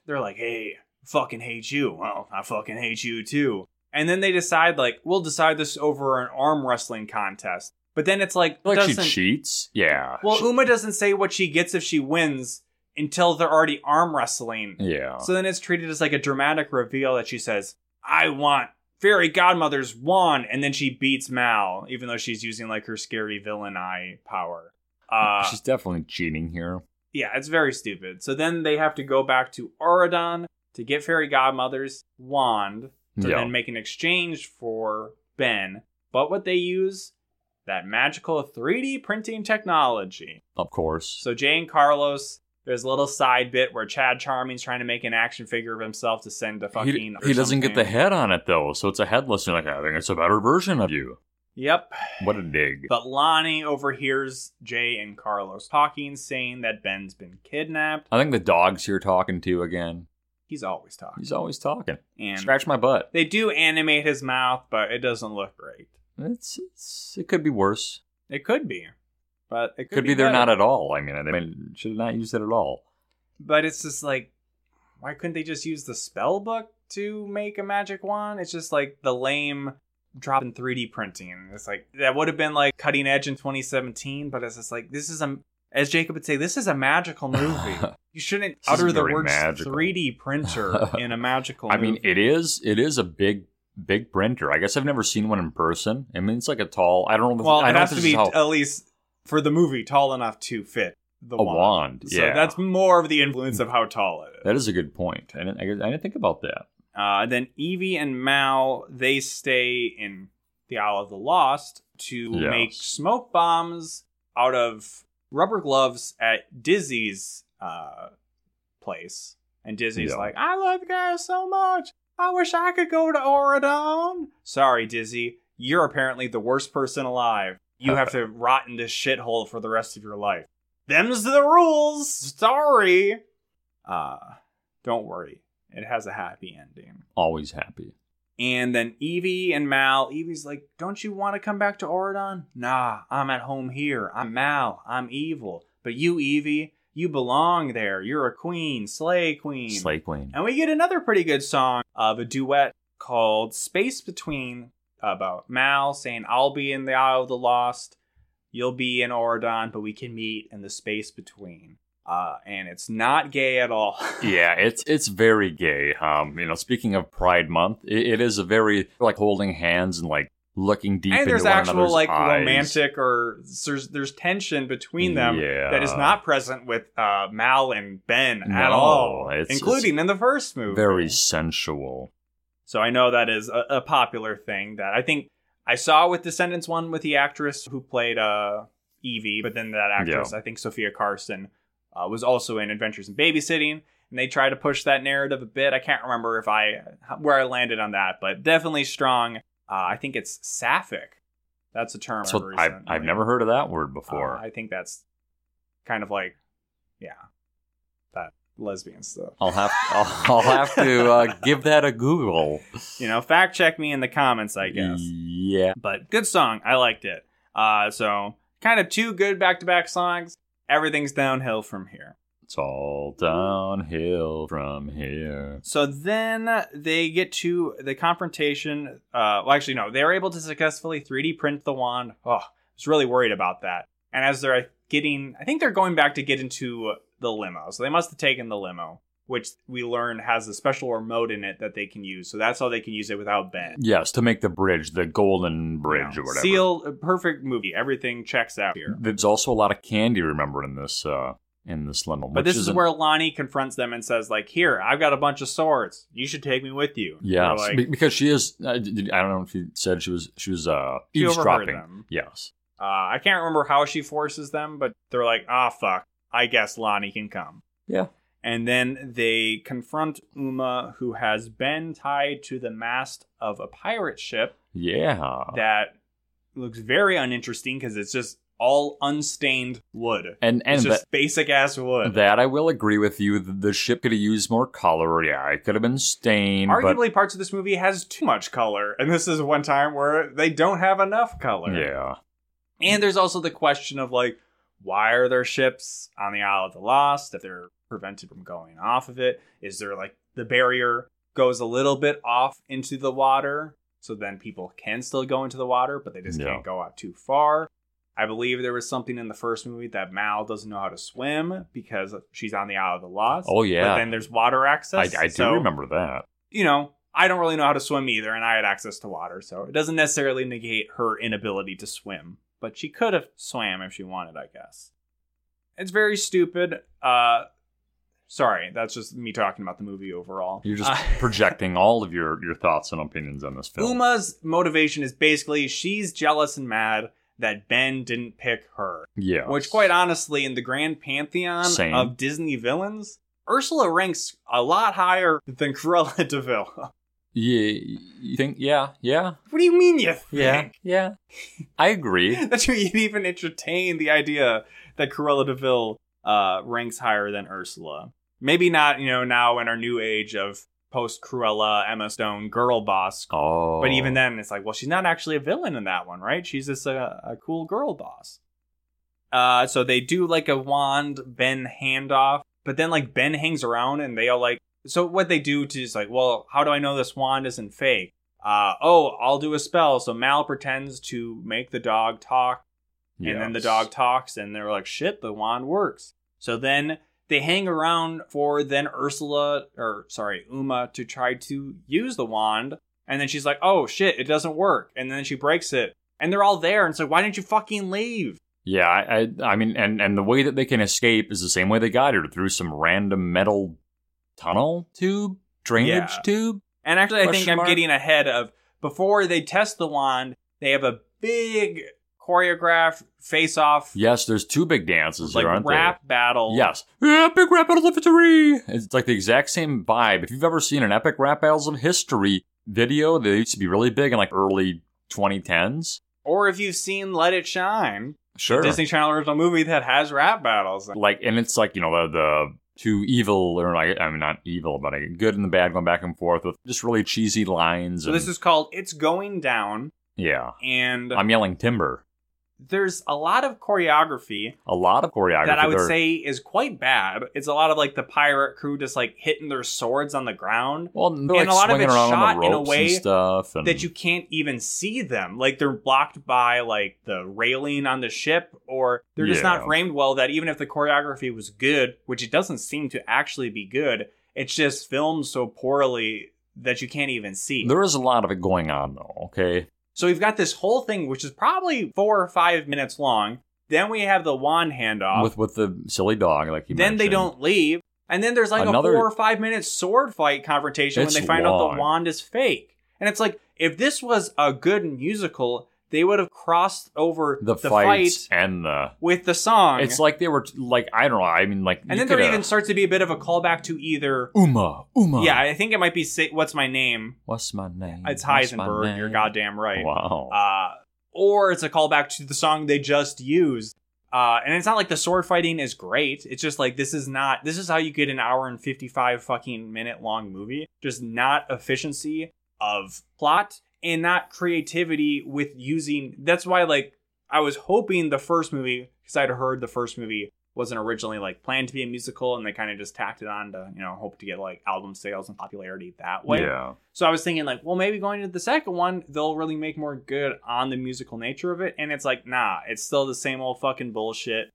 A: they're like, hey, fucking hate you. Well, I fucking hate you too. And then they decide, like, we'll decide this over an arm wrestling contest. But then it's like,
B: Like she
A: doesn't-
B: cheats? Yeah.
A: well,
B: She-
A: Uma doesn't say what she gets if she wins until they're already arm wrestling.
B: yeah.
A: So then it's treated as like a dramatic reveal that she says, I want fairy godmother's wand, and then she beats Mal, even though she's using like her scary villain eye power. Uh,
B: She's definitely cheating here.
A: yeah, it's very stupid. So then they have to go back to Auradon to get fairy godmother's wand to
B: Yeah.
A: then make an exchange for Ben. But what they use that magical 3D printing technology.
B: Of course.
A: So Jay and Carlos, there's a little side bit where Chad Charming's trying to make an action figure of himself to send to fucking.
B: He,
A: or
B: he doesn't get the
A: something.
B: head on it though, so it's a headless. You're like, I think it's a better version of you.
A: Yep.
B: What a dig.
A: But Lonnie overhears Jay and Carlos talking, saying that Ben's been kidnapped.
B: I think the dog's here talking to again.
A: He's always talking.
B: He's always talking.
A: And
B: Scratch my butt.
A: they do animate his mouth, but it doesn't look great.
B: It's, it's it could be worse.
A: It could be, but it could,
B: Could, be, they're not
A: better.
B: at all. I mean, they may, should not use it at all.
A: But it's just like, why couldn't they just use the spell book to make a magic wand? It's just like the lame drop in 3D printing. It's like that would have been like cutting edge in 2017, but it's just like this is a as Jacob would say, this is a magical movie. you shouldn't
B: This is
A: utter the
B: very
A: words
B: magical.
A: 3D printer in a magical
B: I mean,
A: movie.
B: it is it is a big big printer. I guess I've never seen one in person. I mean, it's like a tall. I don't know. if-
A: well,
B: I
A: it
B: don't
A: has
B: know
A: to
B: if this is
A: be
B: how-
A: at least for the movie tall enough to fit the
B: a
A: wand.
B: wand.
A: So
B: Yeah,
A: that's more of the influence of how tall it is.
B: that is a good point. I didn't, I, guess- I didn't think about that.
A: Uh, then Evie and Mal they stay in the Isle of the Lost to
B: Yes.
A: make smoke bombs out of rubber gloves at Dizzy's uh, place, and Dizzy's
B: Yeah.
A: like, "I love you guys so much. I wish I could go to Oridon." Sorry, Dizzy, you're apparently the worst person alive. You have to rot in this shithole for the rest of your life. Them's the rules. Sorry. Uh, don't worry. It has a happy ending.
B: Always happy.
A: And then Evie and Mal, Evie's like, Don't you want to come back to Oridon? Nah, I'm at home here. I'm Mal. I'm evil. But you, Evie, you belong there. You're a queen, slay queen.
B: Slay Queen.
A: And we get another pretty good song of a duet called Space Between about Mal saying, I'll be in the Isle of the Lost, you'll be in Oridon, but we can meet in the space between. Uh, and it's not gay at all.
B: Yeah, it's it's very gay. Um, you know, speaking of Pride Month, it, it is a very like holding hands and like looking deep
A: and
B: into
A: there's
B: one
A: actual
B: another's
A: like
B: eyes.
A: romantic or there's there's tension between them
B: Yeah.
A: that is not present with uh, Mal and Ben at
B: No,
A: all,
B: it's-
A: including in the first movie.
B: very sensual.
A: So I know that is a, a popular thing that I think I saw with Descendants one with the actress who played uh, Evie, but then that actress, I think Sophia Carson, uh, was also in Adventures in Babysitting, and they tried to push that narrative a bit. I can't remember if I where I landed on that, but definitely strong. Uh, I think it's sapphic. That's a term.
B: That's what
A: heard
B: I've, I've
A: recently.
B: never heard of that word
A: Uh,
B: before.
A: I think that's kind of like, yeah, that lesbian stuff.
B: I'll have I'll, I'll have to uh, give that a Google.
A: You know, fact check me in the comments, I guess.
B: Yeah.
A: but good song. I liked it. Uh, so kind of two good back to back songs. Everything's downhill from here.
B: It's all downhill from here.
A: So then they get to the confrontation. Uh, well, actually, no, they're able to successfully 3D print the wand. Oh, I was really worried about that. And as they're uh, getting, I think they're going back to get into the limo. So they must have taken the limo, which we learn has a special remote in it that they can use. So that's how they can use it without Ben.
B: Yes, to make the bridge, the golden bridge
A: You know,
B: or whatever.
A: Seal, a uh, perfect movie. Everything checks out here.
B: There's also a lot of candy. Remember in this uh, in this limo.
A: But
B: which
A: this is
B: isn't-
A: where Lonnie confronts them and says, like, here, I've got a bunch of swords. You should take me with you.
B: Yes,
A: They're
B: be-
A: Like,
B: because she is. I, did- I don't know if you said she was. She was uh,
A: she overheard
B: eavesdropping.
A: them.
B: Yes.
A: Uh, I can't remember how she forces them, but they're like, ah, fuck. I guess Lonnie can come.
B: Yeah.
A: And then they confront Uma, who has been tied to the mast of a pirate ship
B: Yeah.
A: that looks very uninteresting because it's just all unstained wood.
B: and and
A: it's
B: that-
A: just basic ass wood.
B: That I will agree with you. The, the ship could have used more color. Yeah, it could have been stained.
A: Arguably, parts of this movie has too much color, and this is one time where they don't have enough
B: but,
A: color.
B: yeah,
A: And there's also the question of like, why are there ships on the Isle of the Lost if they're prevented from going off of it? Is there like the barrier goes a little bit off into the water, so then people can still go into the water, but they just
B: Yeah.
A: can't go out too far. I believe there was something in the first movie that Mal doesn't know how to swim because she's on the Isle of the Lost.
B: Oh, yeah.
A: But then there's water access.
B: I, I do
A: so-
B: remember that.
A: you know, I don't really know how to swim either, and I had access to water, so it doesn't necessarily negate her inability to swim. But she could have swam if she wanted, I guess. It's very stupid. Uh, sorry, that's just me talking about the movie overall.
B: You're just
A: Uh,
B: projecting all of your, your thoughts and opinions on this film.
A: Uma's motivation is basically she's jealous and mad that Ben didn't pick her.
B: yeah.
A: Which, quite honestly, in the grand pantheon
B: Same.
A: of Disney villains, Ursula ranks a lot higher than Cruella de Vil. What
B: Yeah, you think? Yeah, yeah,
A: do you mean you
B: yeah,
A: think?
B: yeah. I agree.
A: that you even entertain the idea that Cruella de Vil uh, ranks higher than Ursula. Maybe not, you know, now in our new age of post Cruella, Emma Stone, girl boss.
B: Oh,
A: But even then, it's like, well, she's not actually a villain in that one, right? She's just a, a cool girl boss. Uh, so they do like a wand Ben handoff, but then like Ben hangs around and they all like. So what they do to is like, well, how do I know this wand isn't fake? Uh, oh, I'll do a spell. So Mal pretends to make the dog talk and then the
B: Yes.
A: dog talks, and they're like, shit, the wand works. So then they hang around for then Ursula, or sorry, Uma to try to use the wand. And then she's like, oh shit, it doesn't work. And then she breaks it. And they're all there. And it's like, why didn't you fucking leave?
B: Yeah, I, I, I mean, and and the way that they can escape is the same way they got her through some random metal tunnel tube, drainage
A: Yeah.
B: tube.
A: And actually, I think
B: Question
A: I'm
B: mark?
A: getting ahead of before they test the wand, they have a big choreographed face off,
B: Yes, there's two big dances
A: like
B: here, aren't
A: rap
B: there?
A: battle.
B: Yes, epic rap battles of history. It's like the exact same vibe. If you've ever seen an epic rap battles of history video, they used to be really big in like early 2010s.
A: Or if you've seen Let It Shine,
B: Sure,
A: Disney Channel original movie that has rap battles.
B: like and it's like you know the, the two evil or like i mean not evil but like good and the bad going back and forth with just really cheesy lines
A: So
B: and,
A: this is called It's Going Down,
B: yeah
A: and
B: i'm yelling timber
A: there's a lot of choreography
B: a lot of choreography
A: that I would
B: there.
A: say is quite bad. It's a lot of like the pirate crew just like hitting their swords on the ground
B: well they're like
A: and a lot of
B: swinging
A: it's
B: around on
A: shot
B: the
A: in a
B: ropes
A: way
B: and stuff and
A: that you can't even see them. Like they're blocked by like the railing on the ship or they're just
B: Yeah.
A: not framed well that even if the choreography was good, which it doesn't seem to actually be good, it's just filmed so poorly that you can't even see.
B: there is a lot of it going on though okay
A: So we've got this whole thing, which is probably four or five minutes long. Then we have the wand handoff.
B: with with the silly dog like you
A: Uh, then they
B: mentioned.
A: don't leave. And then there's like
B: Another-
A: a four or five minute sword fight confrontation when
B: It's
A: they find out
B: long.
A: the wand is fake. And it's like, if this was a good musical, they would have crossed over
B: the,
A: the,
B: fights
A: fight
B: and the
A: with the song.
B: it's like they were like i don't know i mean like
A: and
B: you
A: then there
B: coulda-
A: even starts to be a bit of a callback to either.
B: uma uma
A: Yeah, I think it might be Sa- What's My Name?
B: what's my name
A: It's
B: What's my
A: Heisenberg. You're
B: name?
A: goddamn right.
B: wow
A: uh, or it's a callback to the song they just used. Uh, and it's not like the sword fighting is great. It's just like this is not this is how you get an hour and fifty five fucking minute long movie. Just not efficiency of plot and not creativity with using. That's why like I was hoping the first movie because I'd heard the first movie wasn't originally like planned to be a musical and they kind of just tacked it on to you know hope to get like album sales and popularity that way.
B: yeah
A: So I was thinking like, well, maybe going to the second one, they'll really make more good on the musical nature of it. And it's like, nah, it's still the same old fucking bullshit.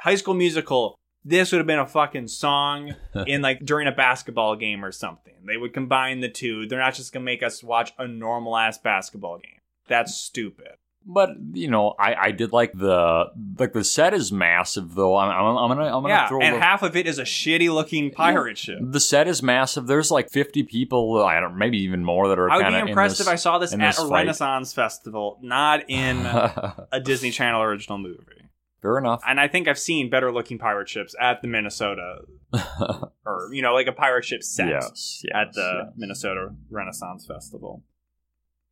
A: High School Musical. This would have been a fucking song in like during a basketball game or something. They would combine the two. They're not just gonna make us watch a normal ass basketball game. That's stupid.
B: But you know, I, I did like the like the set is massive though. I'm I'm, I'm gonna I'm gonna
A: yeah,
B: throw
A: and
B: the,
A: half of it is a shitty looking pirate ship.
B: the set is massive. There's like 50 people. I don't maybe even more that are.
A: I would
B: kinda
A: be
B: in
A: impressed
B: this-
A: if I saw this
B: in
A: at
B: this
A: a
B: fight.
A: Renaissance festival, not in a Disney Channel original movie.
B: Fair enough.
A: and I think I've seen better looking pirate ships at the Minnesota or you know like a pirate ship set
B: yes, yes.
A: at the Minnesota Renaissance Festival.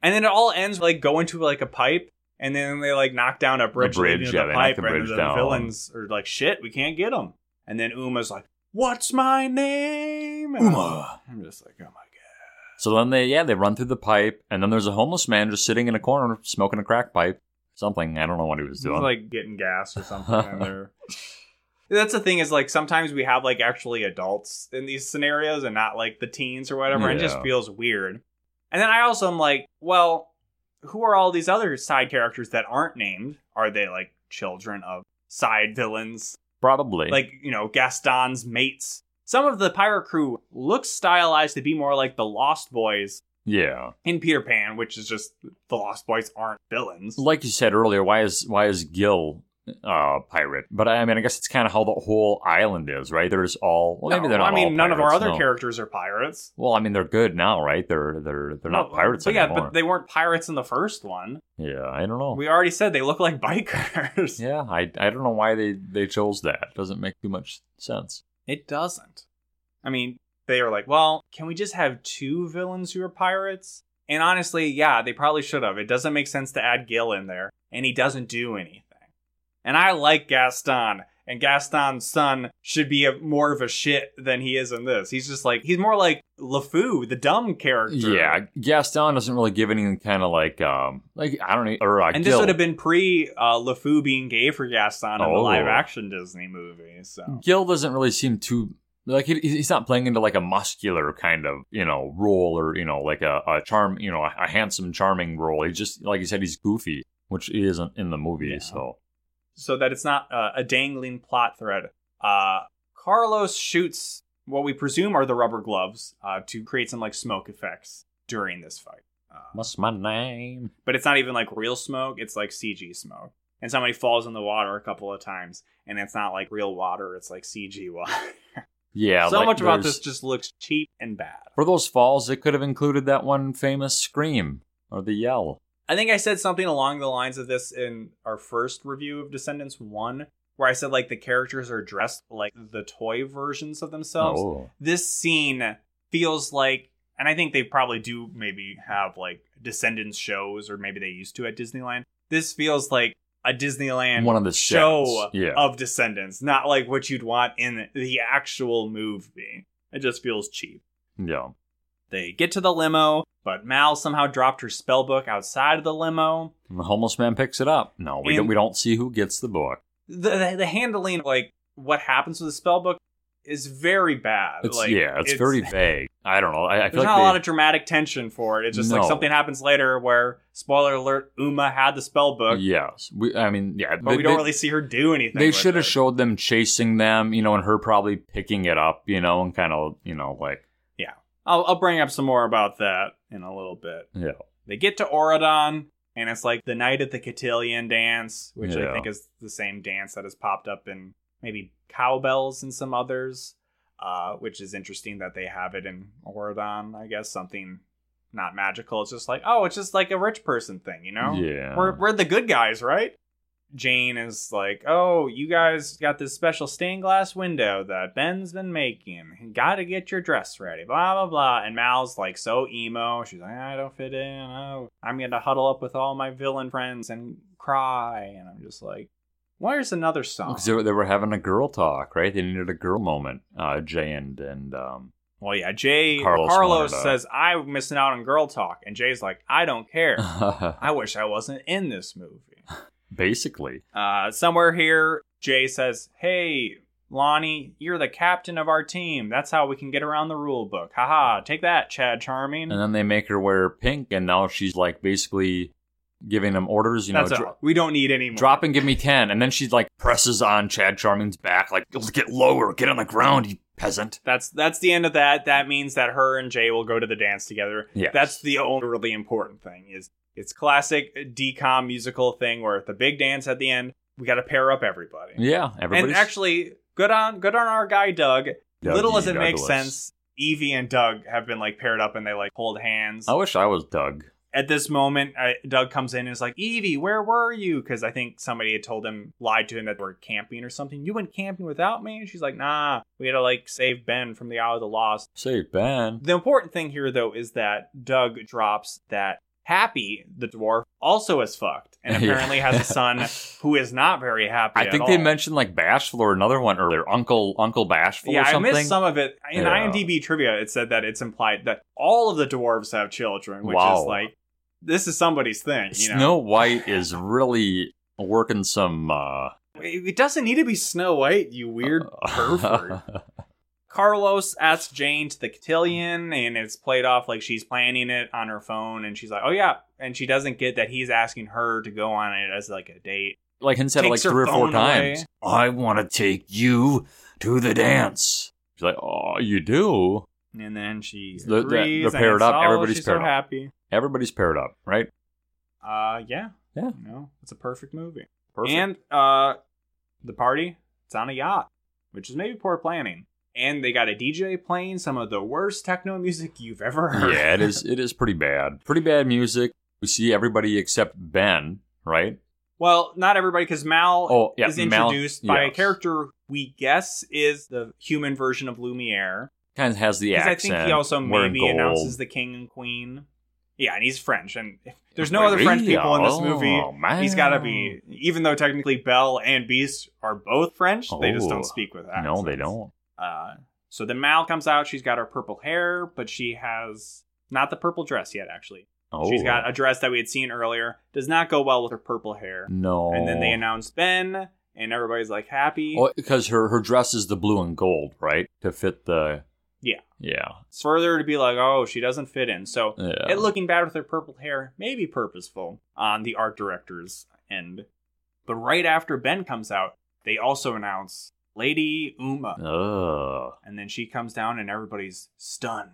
A: And then it all ends like going to like a pipe and then they like knock down a bridge,
B: bridge,
A: leading to
B: yeah,
A: the
B: they knock
A: pipe
B: the
A: and
B: bridge
A: the
B: down.
A: villains are like shit, we can't get them. And then Uma's like, "What's my name?"
B: yes.
A: And
B: Uma.
A: I'm just like, "Oh my god."
B: So then they yeah they run through the pipe and then there's a homeless man just sitting in a corner smoking a crack pipe. Something I don't know what he was
A: He's
B: doing.
A: like getting gas or something and they're that's the thing is like sometimes we have like actually adults in these scenarios and not like the teens or whatever and it just
B: Yeah.
A: feels weird and then i also am like well who are all these other side characters that aren't named are they like children of side villains
B: Probably
A: like you know gaston's mates Some of the pirate crew looks stylized to be more like the Lost Boys
B: Yeah.
A: in Peter Pan, which is just the Lost Boys aren't villains.
B: Like you said earlier, why is why is Gil uh pirate? But I mean, I guess it's kind of how the whole island is, right? There's all well, maybe
A: No,
B: they're not
A: I mean,
B: all
A: none of our
B: pirates,
A: other
B: no.
A: characters are pirates.
B: Well, I mean, they're good now, right? They're they're they're not
A: No,
B: pirates
A: but Yeah,
B: anymore.
A: but they weren't pirates in the first one.
B: yeah, I don't know.
A: We already said they look like bikers.
B: Yeah, I I don't know why they they chose that. doesn't make too much sense.
A: It doesn't. I mean, they are like, well, can we just have two villains who are pirates? And honestly, yeah, they probably should have. It doesn't make sense to add Gil in there, and he doesn't do anything. And I like Gaston, and Gaston's son should be a, more of a shit than he is in this. He's just like, he's more like LeFou, the dumb character.
B: Yeah, Gaston doesn't really give any kind of like um like I don't know or uh,
A: And this
B: Gil.
A: would have been pre uh, LeFou being gay for Gaston in the
B: Oh.
A: live action Disney movie. So
B: Gil doesn't really seem too like he, he's not playing into like a muscular kind of you know role or you know like a, a charm you know a, a handsome charming role. He just like you said he's goofy, which he isn't in the movie.
A: Yeah.
B: So
A: so that it's not uh, a dangling plot thread. Uh, Carlos shoots what we presume are the rubber gloves uh, to create some like smoke effects during this fight. Uh,
B: what's my name?
A: but it's not even like real smoke; it's like CG smoke. And somebody falls in the water a couple of times, and it's not like real water; it's like CG water.
B: Yeah,
A: so
B: like,
A: much about
B: there's-
A: this just looks cheap and bad.
B: For those falls, it could have included that one famous scream or the yell.
A: I think I said something along the lines of this in our first review of Descendants One, where I said like the characters are dressed like the toy versions of themselves.
B: oh.
A: this scene feels like and i think they probably do maybe have like descendants shows or maybe they used to at disneyland this feels like a disneyland
B: one of the
A: show
B: sets. Yeah.
A: of descendants not like what you'd want in the actual movie it just feels cheap
B: yeah.
A: they get to the limo but mal somehow dropped her spell book outside of the limo
B: And the homeless man picks it up. No, we
A: And-
B: don't. We don't see who gets the book.
A: the, the, the handling of, like what happens with the spell book is very bad
B: It's
A: like
B: yeah, it's, very vague. I don't know. I, I feel
A: There's
B: like
A: not
B: they,
A: a lot of dramatic tension for it. It's just like
B: No.
A: something happens later where, spoiler alert, Uma had the spell book,
B: Yes, we. I mean, yeah,
A: but
B: they-
A: we don't
B: they-
A: really see her do anything.
B: They
A: with
B: should have
A: it.
B: showed them chasing them, you know, and her probably picking it up, you know, and kind of, you know, like
A: I'll, I'll bring up some more about that in a little bit.
B: Yeah.
A: They get to Oradon, and it's like the night of the Cotillion dance, which I
B: Yeah.
A: think is the same dance that has popped up in maybe cowbells and some others, uh, which is interesting that they have it in Oradon. I guess something not magical. It's just like, oh, it's just like a rich person thing, you know?
B: yeah,
A: We're, we're the good guys, right? Jane is like, oh, you guys got this special stained glass window that Ben's been making. Gotta get your dress ready, blah, blah, blah. And Mal's like, so emo. She's like, I don't fit in. Oh, I'm gonna huddle up with all my villain friends and cry. And I'm just like, where's another song?
B: 'Cause they, were- they were having a girl talk, right? They needed a girl moment. Uh, Jay and and um,
A: Well, yeah, Jay
B: Carlos
A: Carlos,
B: wanted to-
A: says, I'm missing out on girl talk. And Jay's like, I don't care. I wish I wasn't in this movie.
B: basically,
A: Uh, somewhere here, Jay says, Hey, Lonnie, you're the captain of our team. That's how we can get around the rule book. Haha, take that, Chad Charming.
B: and then they make her wear pink, and now she's like basically giving them orders, you know,
A: That's
B: dr-
A: all. We don't need any more.
B: drop and give me 10 and then she like presses on chad charming's back like get lower get on the ground you peasant
A: That's that's the end of that. That means that her and Jay will go to the dance together.
B: yeah
A: That's the only really important thing is it's classic decom musical thing where at the big dance at the end, we got to pair up everybody.
B: yeah
A: and
B: everybody's
A: actually, good on good on our guy Doug.
B: Dougie
A: Little as it makes
B: Douglas.
A: sense, Evie and Doug have been like paired up and they like hold hands.
B: i wish i was doug
A: at this moment, I, Doug comes in and is like, Evie, where were you? Because I think somebody had told him, lied to him that we're camping or something. You went camping without me? And she's like, nah, we had to like save Ben from the Hour of the Lost.
B: say ben
A: The important thing here, though, is that Doug drops that Happy, the dwarf, also is fucked and
B: Yeah.
A: apparently has a son who is not very happy.
B: i
A: at
B: think they
A: all.
B: mentioned like bashful or another one earlier uncle uncle bashful
A: Yeah,
B: or
A: I
B: something
A: missed some of it. In
B: Yeah.
A: IMDb trivia, it said that it's implied that all of the dwarves have children, which
B: Wow.
A: is like, this is somebody's thing. You know?
B: snow white is really working some uh
A: It it doesn't need to be Snow White, you weird pervert. Carlos asks Jane to the cotillion, and it's played off like she's planning it on her phone, and she's like, "Oh yeah," and she doesn't get that he's asking her to go on it as like a date.
B: like him said it like
A: Takes her
B: three or four
A: phone away.
B: times i want to take you to the dance She's like, oh, you do?
A: And then she
B: They're- they're-
A: agrees,
B: they're paired
A: and it's,
B: up.
A: "Oh,
B: Everybody's
A: she's
B: paired
A: so
B: up."
A: happy.
B: Everybody's paired up, right?
A: Uh, yeah,
B: Yeah.
A: You know, it's a perfect movie.
B: Perfect.
A: And uh, the party, it's on a yacht, which is maybe poor planning. And they got a DJ playing some of the worst techno music you've ever heard.
B: yeah, it is. It is pretty bad. Pretty bad music. We see everybody except Ben, right?
A: Well, not everybody, because Mal
B: Oh, yeah.
A: is
B: Mal-
A: introduced by
B: yes.
A: a character we guess is the human version of Lumiere.
B: Kind of has the
A: Because
B: accent.
A: I think he also
B: wearing
A: maybe
B: gold.
A: announces the king and queen. Yeah, and he's French, and there's no
B: Like,
A: other French people in this
B: "Oh,
A: movie.
B: man."
A: He's got to be,
B: Oh.
A: even though technically Belle and Beast are both French, they just
B: Oh.
A: don't speak with accents.
B: No, they don't.
A: Uh, so then Mal comes out. She's got her purple hair, but she has not the purple dress yet. Actually,
B: Oh,
A: she's got a dress that we had seen earlier. Does not go well with her purple hair.
B: Oh. no.
A: And then they announce Ben, and everybody's like happy.
B: Oh, because her her dress is the blue and gold, right? To fit the
A: Yeah.
B: yeah
A: It's further to be like, oh, she doesn't fit in. So
B: yeah.
A: it looking bad with her purple hair may be purposeful on the art director's end. But right after Ben comes out, they also announce Lady Uma.
B: Ugh.
A: And then she comes down and everybody's stunned.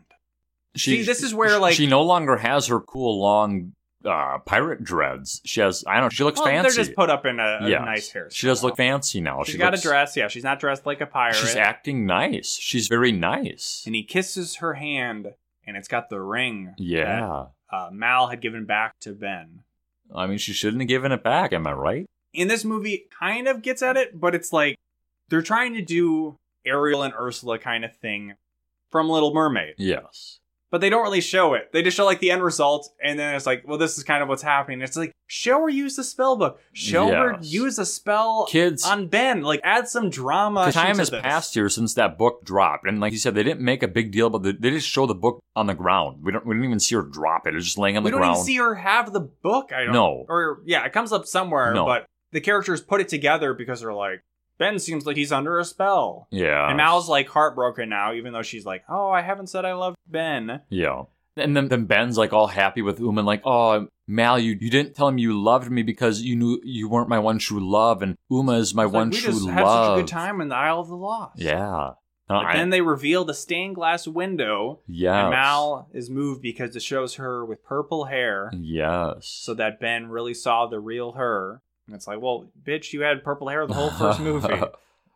B: She-
A: See, this is
B: she-
A: where like
B: she no longer has her cool long uh, pirate dreads. She has I don't. know, She looks
A: Well,
B: fancy.
A: They're just put up in a, a
B: Yes.
A: nice hairstyle.
B: She does look fancy now.
A: She's
B: she
A: got
B: looks,
A: a dress. Yeah, she's not dressed like a pirate.
B: She's acting nice. She's very nice.
A: and he kisses her hand, and it's got the ring.
B: Yeah.
A: That, uh, Mal had given back to Ben.
B: I mean, she shouldn't have given it back. Am I right?
A: In this movie, kind of gets at it, but it's like they're trying to do Ariel and Ursula kind of thing from Little Mermaid,
B: Yes.
A: but they don't really show it. They just show like the end result, and then it's like, well, this is kind of what's happening. It's like show her use the spell book. Show her
B: Yes.
A: use a spell.
B: Kids,
A: on Ben, like add some drama.
B: the time
A: into
B: has
A: this.
B: passed here since that book dropped. And like you said, they didn't make a big deal, but they they just show the book on the ground. We don't. We didn't even see her drop it. It's just laying on
A: we
B: the
A: don't
B: ground.
A: even see her have the book. I don't.
B: No.
A: Or yeah, it comes up somewhere,
B: No.
A: but the characters put it together because they're like, Ben seems like he's under a spell.
B: yeah.
A: And Mal's like heartbroken now, even though she's like, "Oh, I haven't said I love Ben."
B: Yeah. And then, then Ben's like all happy with Uma and like, oh, Mal, you, you didn't tell him you loved me because you knew you weren't my one true love, and Uma is my
A: It's
B: one
A: like, we
B: true
A: just
B: love.
A: had such a good time in the Isle of the Lost.
B: Yeah.
A: But
B: I-
A: then they reveal the stained glass window,
B: yes.
A: and Mal is moved because it shows her with purple hair.
B: Mm. Yes.
A: so that Ben really saw the real her. And it's like, well, bitch, you had purple hair the whole first movie.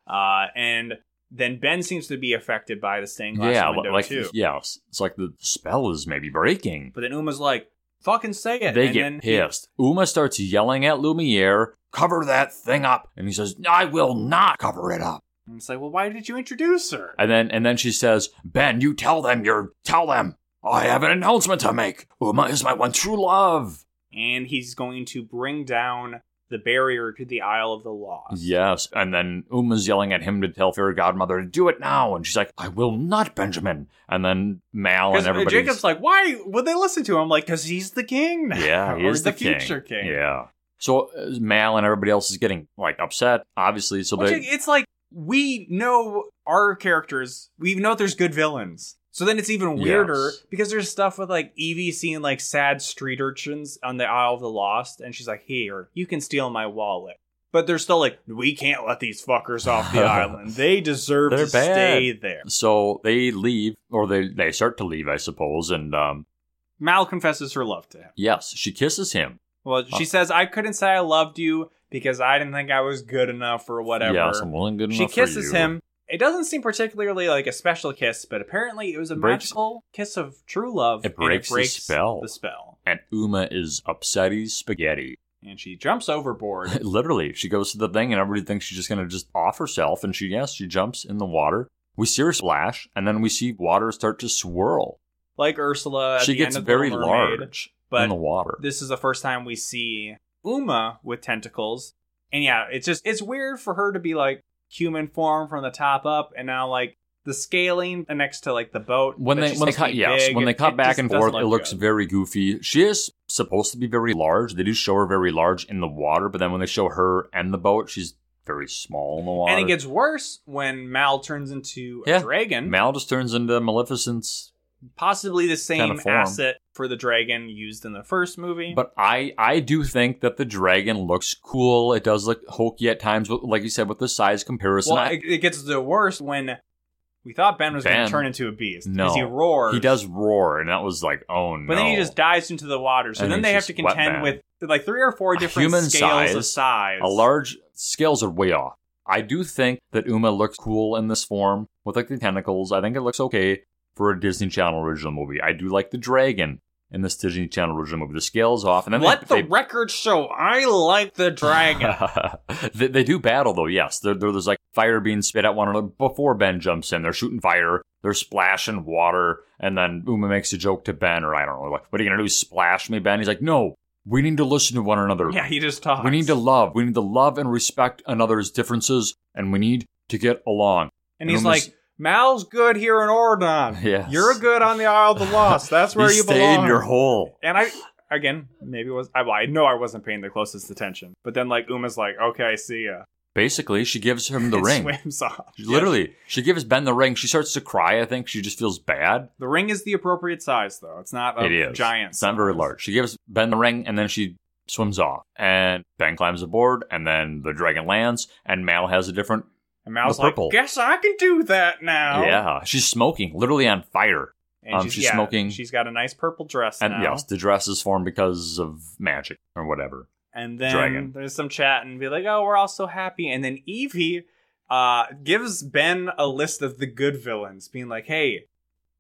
A: Uh, and then Ben seems to be affected by the stained glass
B: yeah,
A: window
B: like
A: too.
B: yeah, it's it's like the spell is maybe breaking.
A: But then Uma's like, fucking say it.
B: They
A: and
B: get
A: then he-
B: pissed. Uma starts yelling at Lumiere, "Cover that thing up!" And he says, "I will not cover it up."
A: and it's like, well, why did you introduce her?
B: And then and then she says, "Ben, you tell them. You're tell them. I have an announcement to make. Uma is my one true love."
A: and he's going to bring down the barrier to the Isle of the Lost.
B: Yes, and then Uma's yelling at him to tell Fairy Godmother to do it now, and she's like, "I will not, Benjamin." And then Mal and
A: Because uh,
B: everybody.
A: Jacob's like, why would they listen to him? I'm like, because he's the king now.
B: Yeah, he
A: or
B: is
A: the,
B: the, king.
A: future king.
B: Yeah. So uh, Mal and everybody else is getting like upset, obviously. So
A: Which
B: they,
A: it's like we know our characters. We know there's good villains. So then it's even weirder
B: Yes.
A: because there's stuff with like Evie seeing like sad street urchins on the Isle of the Lost, and she's like, "Here, you can steal my wallet." But they're still like, "We can't let these fuckers off the island. They deserve
B: They're
A: to
B: bad."
A: stay there."
B: so they leave, or they they start to leave, I suppose. And um,
A: Mal confesses her love to him.
B: yes, she kisses him.
A: Well, she says, "I couldn't say I loved you because I didn't think I was good enough or whatever."
B: Yes, I'm willing good
A: she
B: enough. for
A: kisses
B: you.
A: him. It doesn't seem particularly like a special kiss, but apparently it was a
B: Breaks-
A: magical kiss of true love. and
B: It breaks the spell.
A: The spell,
B: and Uma is upsetty spaghetti.
A: and she jumps overboard.
B: Literally, she goes to the thing, and everybody thinks she's just gonna just off herself. And she yes, she jumps in the water. We see her splash, and then we see water start to swirl.
A: like Ursula, at
B: she
A: the
B: gets
A: end of
B: very
A: Little Mermaid,
B: large in the
A: But
B: water.
A: this is the first time we see Uma with tentacles, and yeah, it's just it's weird for her to be like human form from the top up, and now like the scaling next to like the boat
B: when
A: that
B: they
A: she's
B: when they
A: supposed
B: cut
A: to be
B: yes
A: big,
B: when they
A: it-
B: cut
A: it
B: back
A: just
B: and
A: doesn't
B: forth
A: look
B: it looks
A: good.
B: very goofy she is supposed to be very large they do show her very large in the water but then when they show her and the boat she's very small in the water
A: and it gets worse when Mal turns into
B: Yeah.
A: a dragon.
B: mal just turns into maleficent's
A: possibly the same
B: Kinda form.
A: asset for the dragon used in the first movie.
B: but i i do think that the dragon looks cool it does look hokey at times but like you said with the size comparison
A: well,
B: I-
A: it, it gets the worst when We thought Ben was going
B: Ben?
A: to turn into a beast
B: No.
A: because he roars.
B: He does roar, and that was like, oh no.
A: But then he just dives into the water. So
B: And
A: then
B: he's
A: they have
B: just
A: to
B: wet
A: contend
B: man.
A: with like three or four
B: A
A: different
B: human
A: scales of
B: size,
A: size.
B: A large scales are way off. I do think that Uma looks cool in this form with like the tentacles. I think it looks okay for a Disney Channel original movie. I do like the dragon in this Disney Channel original movie. The scales off, and then
A: Let
B: they,
A: the record show I like the dragon.
B: they, they they do battle though. Yes, there, there- there's like fire being spit at one another before Ben jumps in. They're shooting fire. They're splashing water, and then Uma makes a joke to Ben, or I don't know, like, what are you gonna do? Splash me, Ben? He's like, no, we need to listen to one another.
A: yeah, he just talks.
B: We need to love. We need to love and respect another's differences, and we need to get along.
A: And he's
B: Uma's-
A: like, Mal's good here in Oregon.
B: Yes.
A: You're good on the Isle of the Lost. That's where
B: you
A: you
B: stay
A: belong.
B: in your hole.
A: and I again maybe it was I, well, I know I wasn't paying the closest attention, but then like Uma's like, okay, see ya.
B: Basically, she gives him the
A: and
B: ring.
A: Swims off.
B: She- Literally, she gives Ben the ring. She starts to cry. I think she just feels bad.
A: the ring is the appropriate size though. It's not a
B: it is
A: giant.
B: It's not very
A: size.
B: large. She gives Ben the ring, and then she swims off. And Ben climbs aboard, and then the dragon lands, and Mal has a different.
A: And Mal's
B: The
A: like,
B: purple.
A: guess I can do that now.
B: Yeah, she's smoking, literally on fire.
A: And
B: Um,
A: she's,
B: she's
A: yeah,
B: smoking.
A: She's got a nice purple dress
B: And
A: now.
B: yes, the dress is formed because of magic or whatever.
A: And then
B: Dragon.
A: there's some chat and be like, oh, we're all so happy. And then Evie uh, gives Ben a list of the good villains, being like, hey,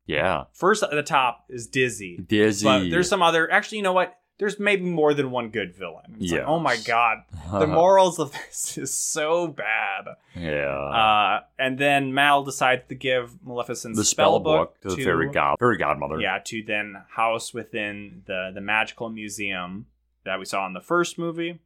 B: Yeah,
A: first at the top is Dizzy.
B: dizzy.
A: But there's some other, actually, you know what? There's maybe more than one good villain. It's like,
B: Yes. Uh-huh.
A: oh my God. The morals of this is so bad.
B: yeah.
A: Uh, and then Mal decides to give Maleficent's
B: the spell
A: spellbook
B: book to the fairy god, fairy godmother.
A: yeah to then house within the the magical museum that we saw in the first movie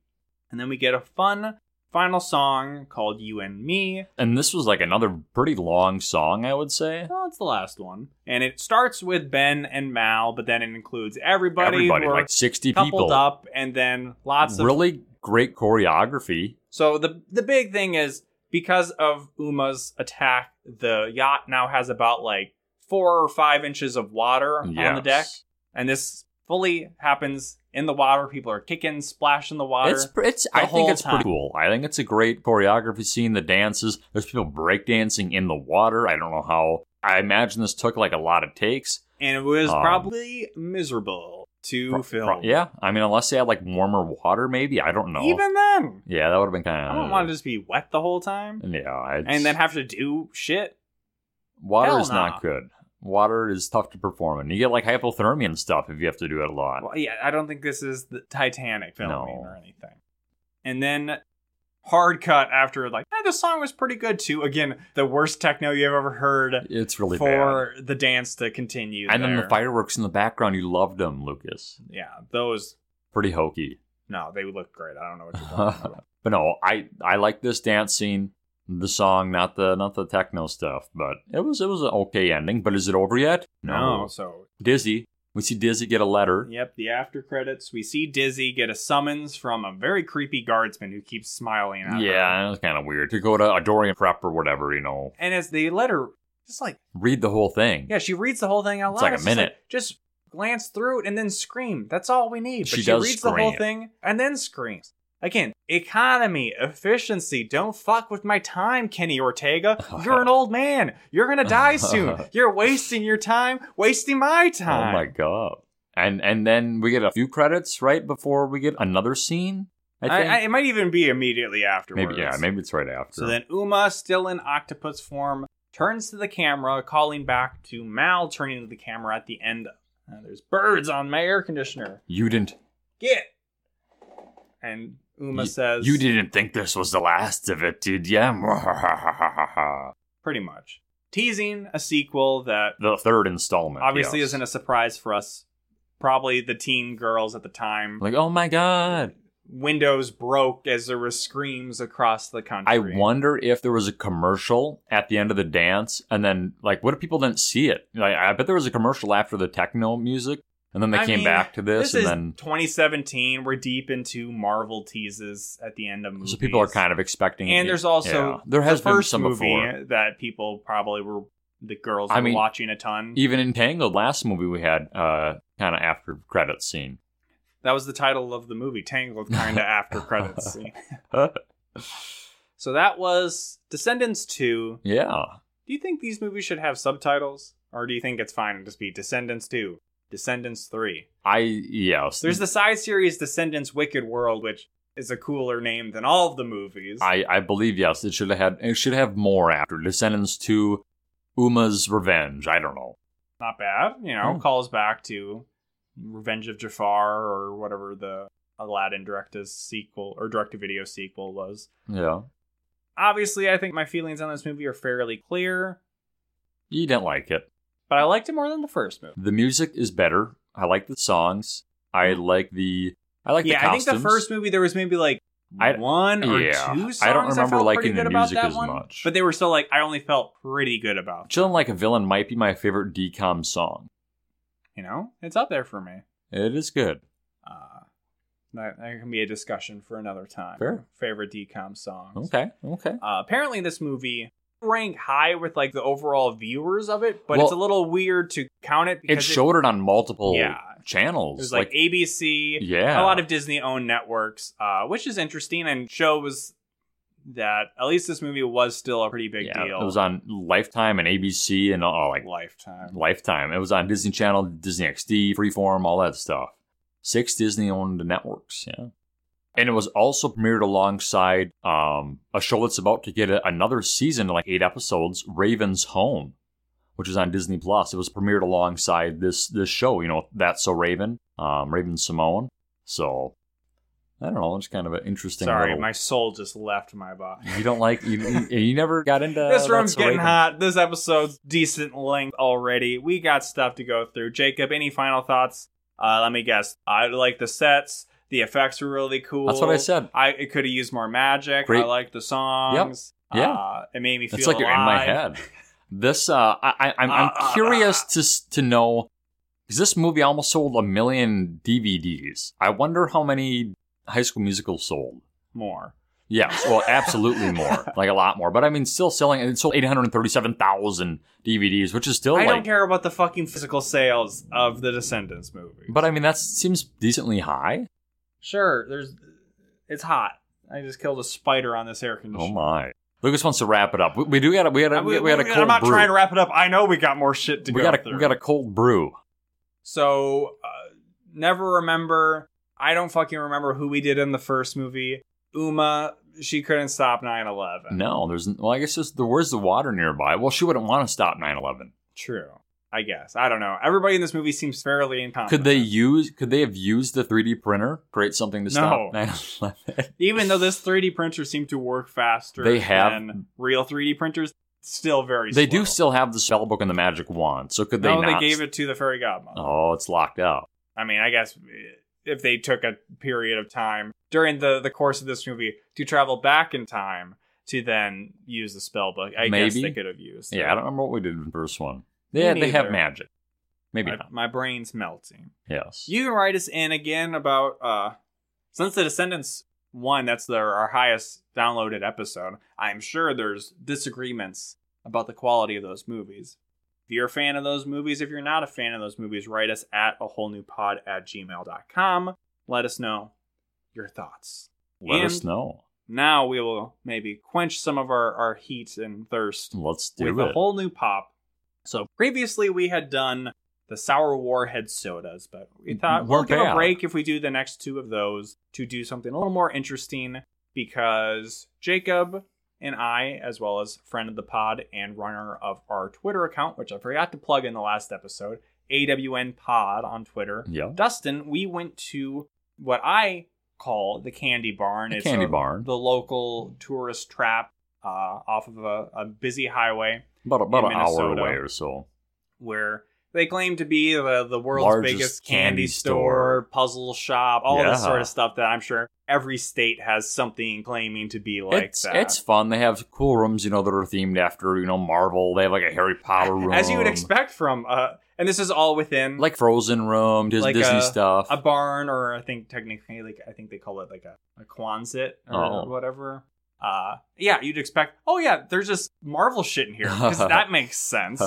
A: and then we get a fun final song called you and me
B: And this was like another pretty long song, I would say.
A: well it's the last one and it starts with ben and mal but then it includes everybody,
B: Everybody,
A: who are
B: like sixty
A: coupled
B: people.
A: up and then lots of
B: really great choreography.
A: so the the big thing is because of uma's attack the yacht now has about like four or five inches of water on the
B: Yes.
A: deck and this fully happens in the water. People are kicking, splashing the water.
B: It's pr- it's. I think
A: whole
B: it's
A: time.
B: pretty cool. I think it's a great choreography scene. The dances. There's people breakdancing in the water. I don't know how. I imagine this took like a lot of takes.
A: and it was
B: um,
A: probably miserable to
B: Pro-
A: film.
B: pro- yeah, I mean, unless they had like warmer water, maybe. I don't know.
A: Even then,
B: yeah, that would have been kind of.
A: I don't want to just be wet the whole time
B: Yeah, I-
A: and then have to do shit.
B: Water
A: Hell
B: is
A: nah.
B: not good. Water is tough to perform, and you get like hypothermia and stuff if you have to do it a lot.
A: Well, yeah, I don't think this is the Titanic film
B: No.
A: or anything. And then hard cut after like eh, the song was pretty good too. Again, the worst techno you've ever heard
B: It's really
A: for the dance to continue.
B: bad. And then the
A: there.
B: fireworks in the background, you loved them, Lucas.
A: Yeah, those.
B: Pretty hokey.
A: No, they look great. I don't know what you're talking about.
B: but no, I I like this dance scene, the song, not the not the techno stuff. But it was it was an okay ending. But is it over yet?
A: No, so
B: Dizzy, we see Dizzy get a letter.
A: Yep, the after credits. We see Dizzy get a summons from a very creepy guardsman who keeps smiling at her.
B: Yeah, it was kind of weird to go to Adorian Prep or whatever. You know,
A: And as they let her, just like,
B: read the whole thing.
A: yeah, she reads the whole thing out
B: It's
A: loud.
B: like a
A: just
B: minute.
A: just glance through it and then scream. That's all we need. But she,
B: She does
A: reads the whole
B: scream.
A: thing and then screams. Again, economy, efficiency. Don't fuck with my time, Kenny Ortega. You're an old man. You're gonna die soon. You're wasting your time, wasting my
B: Oh
A: time.
B: my god! And and then we get a few credits right before we get another scene. I
A: I,
B: think
A: I, it might even be immediately afterwards.
B: maybe yeah, maybe it's right after.
A: So then Uma, still in octopus form, turns to the camera, calling back to Mal, turning to the camera at the end. Uh, there's birds on my air conditioner.
B: you didn't
A: Get! And Uma
B: Y-
A: says,
B: you didn't think this was the last of it, did ya?
A: Pretty much. Teasing a sequel that
B: the third installment
A: obviously
B: yes.
A: isn't a surprise for us. Probably the teen girls at the time.
B: like oh my god.
A: Windows broke as there were screams across the country.
B: I wonder if there was a commercial at the end of the dance, and then like what if people didn't see it? Like, I bet there was a commercial after the techno music, and then they
A: I
B: came
A: mean,
B: back to this,
A: This
B: and
A: is
B: then
A: 2017. We're deep into Marvel teases at the end of movies.
B: so people are kind of expecting.
A: And
B: it.
A: there's also
B: Yeah. there has
A: the first
B: been some
A: movie
B: before.
A: that people probably were the girls
B: I
A: were
B: mean,
A: watching a ton.
B: even entangled last movie we had uh kind of after credit scene
A: that was the title of the movie, Tangled, kind of after credits scene. so that was Descendants two.
B: yeah
A: Do you think these movies should have subtitles? Or do you think it's fine to just be Descendants 2, Descendants 3?
B: I yes.
A: There's the side series Descendants Wicked World, which is a cooler name than all of the movies.
B: I, I believe yes. It should have had it should have more after Descendants Two, Uma's Revenge. I don't know.
A: Not bad. You know,
B: Hmm.
A: calls back to Revenge of Jafar or whatever the Aladdin director's sequel or direct to video sequel was.
B: Yeah,
A: Obviously, I think my feelings on this movie are fairly clear,
B: you didn't like it.
A: but I liked it more than the first movie.
B: The music is better. I like the songs. I like the I like
A: Mm-hmm. yeah,
B: the
A: I think
B: costumes.
A: the first movie there was maybe like
B: I-
A: one or
B: yeah.
A: two songs.
B: I don't remember
A: felt
B: liking
A: pretty
B: the
A: good about
B: music
A: that
B: as
A: one,
B: much.
A: but they were still like I only felt pretty good about.
B: Chilling Like a Villain might be my favorite DCOM song.
A: You know, it's up there for me.
B: It is good.
A: Uh, that, that can be a discussion for another time.
B: Fair.
A: Favorite decom songs.
B: Okay, okay.
A: Uh, apparently, this movie ranked high with like the overall viewers of it, but
B: Well-
A: it's a little weird to count it
B: It
A: because
B: showed it on multiple
A: Yeah.
B: channels.
A: it was like, ABC,
B: yeah,
A: a lot of Disney owned networks, uh, which is interesting and shows that at least this movie was still a pretty big
B: yeah,
A: deal.
B: It was on Lifetime and ABC and all like
A: Lifetime.
B: Lifetime. It was on Disney Channel, Disney XD, Freeform, all that stuff. Six Disney owned networks, yeah. And it was also premiered alongside um, a show that's about to get a, another season, like eight episodes, Raven's Home, which is on Disney Plus. It was premiered alongside this this show, you know, That's So Raven, um, Raven Simone. So I don't know, it's kind of an interesting.
A: Sorry,
B: little-
A: my soul just left my body.
B: you don't like you, you, you never got into
A: This room's
B: That's So
A: getting
B: Raven.
A: hot. This episode's decent length already. We got stuff to go through. Jacob, any final thoughts? Uh, let me guess. I like the sets. The effects were really cool.
B: That's what I said.
A: I it could have used more magic.
B: Great.
A: I like the songs.
B: Yeah.
A: Uh, it made me feel
B: It's like you're in my
A: alive.
B: head. This, uh, I, I, I'm, I'm
A: Uh, uh,
B: curious
A: uh.
B: to s- to know because this movie almost sold a million DVDs. I wonder how many High School Musicals sold.
A: more.
B: Yes, well, absolutely more, like a lot more. But I mean, still selling. It sold eight hundred thirty-seven thousand DVDs, which is still
A: I
B: like.
A: don't care about the fucking physical sales of the Descendants movie.
B: But I mean, that seems decently high.
A: sure, there's it's hot. I just killed a spider on this air
B: Oh
A: conditioner.
B: my! Lucas wants to wrap it up. We, we do got a we got a
A: I-
B: we, got a cold
A: Uh, I'm not
B: brew.
A: trying to wrap it up. I know we got more shit to
B: we
A: go
B: got a
A: through.
B: we got a cold brew.
A: So, uh, never remember. I don't fucking remember who we did in the first movie. Uma, she couldn't stop 9 11.
B: No, there's well, I guess there's, there was the water nearby. Well, she wouldn't want to stop 9-11.
A: True. I guess. I don't know. Everybody in this movie seems fairly incompetent.
B: Could they use? Could they have used the 3D printer create something to stop
A: No.
B: 9/11?
A: Even though this 3D printer seemed to work faster
B: They have-
A: than real 3D printers, still very
B: They
A: slow.
B: do still have the spell book and the magic wand, so could they
A: No,
B: not?
A: they gave it to the fairy godmother.
B: Oh, it's locked out.
A: I mean, I guess eh, if they took a period of time during the, the course of this movie to travel back in time to then use the spell book, I guess
B: Maybe.
A: they could have used.
B: Yeah,
A: it.
B: I don't remember what we did in the first one.
A: Me
B: Yeah, they have
A: neither.
B: magic. Maybe
A: My,
B: not.
A: my brain's melting.
B: Yes.
A: You can write us in again about uh since the Descendants one, that's their our highest downloaded episode. I'm sure there's disagreements about the quality of those movies. If you're a fan of those movies, if you're not a fan of those movies, write us at a whole new pod at gmail.com. Let us know your thoughts.
B: Let us
A: and-
B: know.
A: Now we will maybe quench some of our, our heat and thirst
B: Let's
A: with
B: do
A: a
B: it.
A: whole new pop. So previously we had done the sour warhead sodas, but we thought
B: Weren't
A: we'll give a
B: bad.
A: break if we do the next two of those to do something a little more interesting because Jacob and I, as well as friend of the pod and runner of our Twitter account, which I forgot to plug in the last episode, AWN Pod on Twitter.
B: yeah.
A: Dustin, we went to what I call the candy barn.
B: The candy
A: a-
B: barn.
A: the local tourist trap uh, off of a, a busy highway
B: About about
A: in
B: an hour
A: Minnesota.
B: away or so.
A: where they claim to be the, the world's
B: Largest
A: biggest
B: candy
A: candy, store, puzzle shop, all
B: Yeah.
A: this sort of stuff that I'm sure every state has something claiming to be like
B: it's
A: that.
B: it's fun. They have cool rooms, you know, that are themed after you know Marvel. They have like a Harry Potter room,
A: As you would expect from, uh, and this is all within
B: like Frozen room, Dis-
A: Like
B: Disney
A: a-
B: stuff.
A: a barn, or I think technically, like I think they call it like a, a Quonset or
B: Oh.
A: whatever. Uh, yeah, you'd expect. Oh yeah, there's just Marvel shit in here because that makes sense.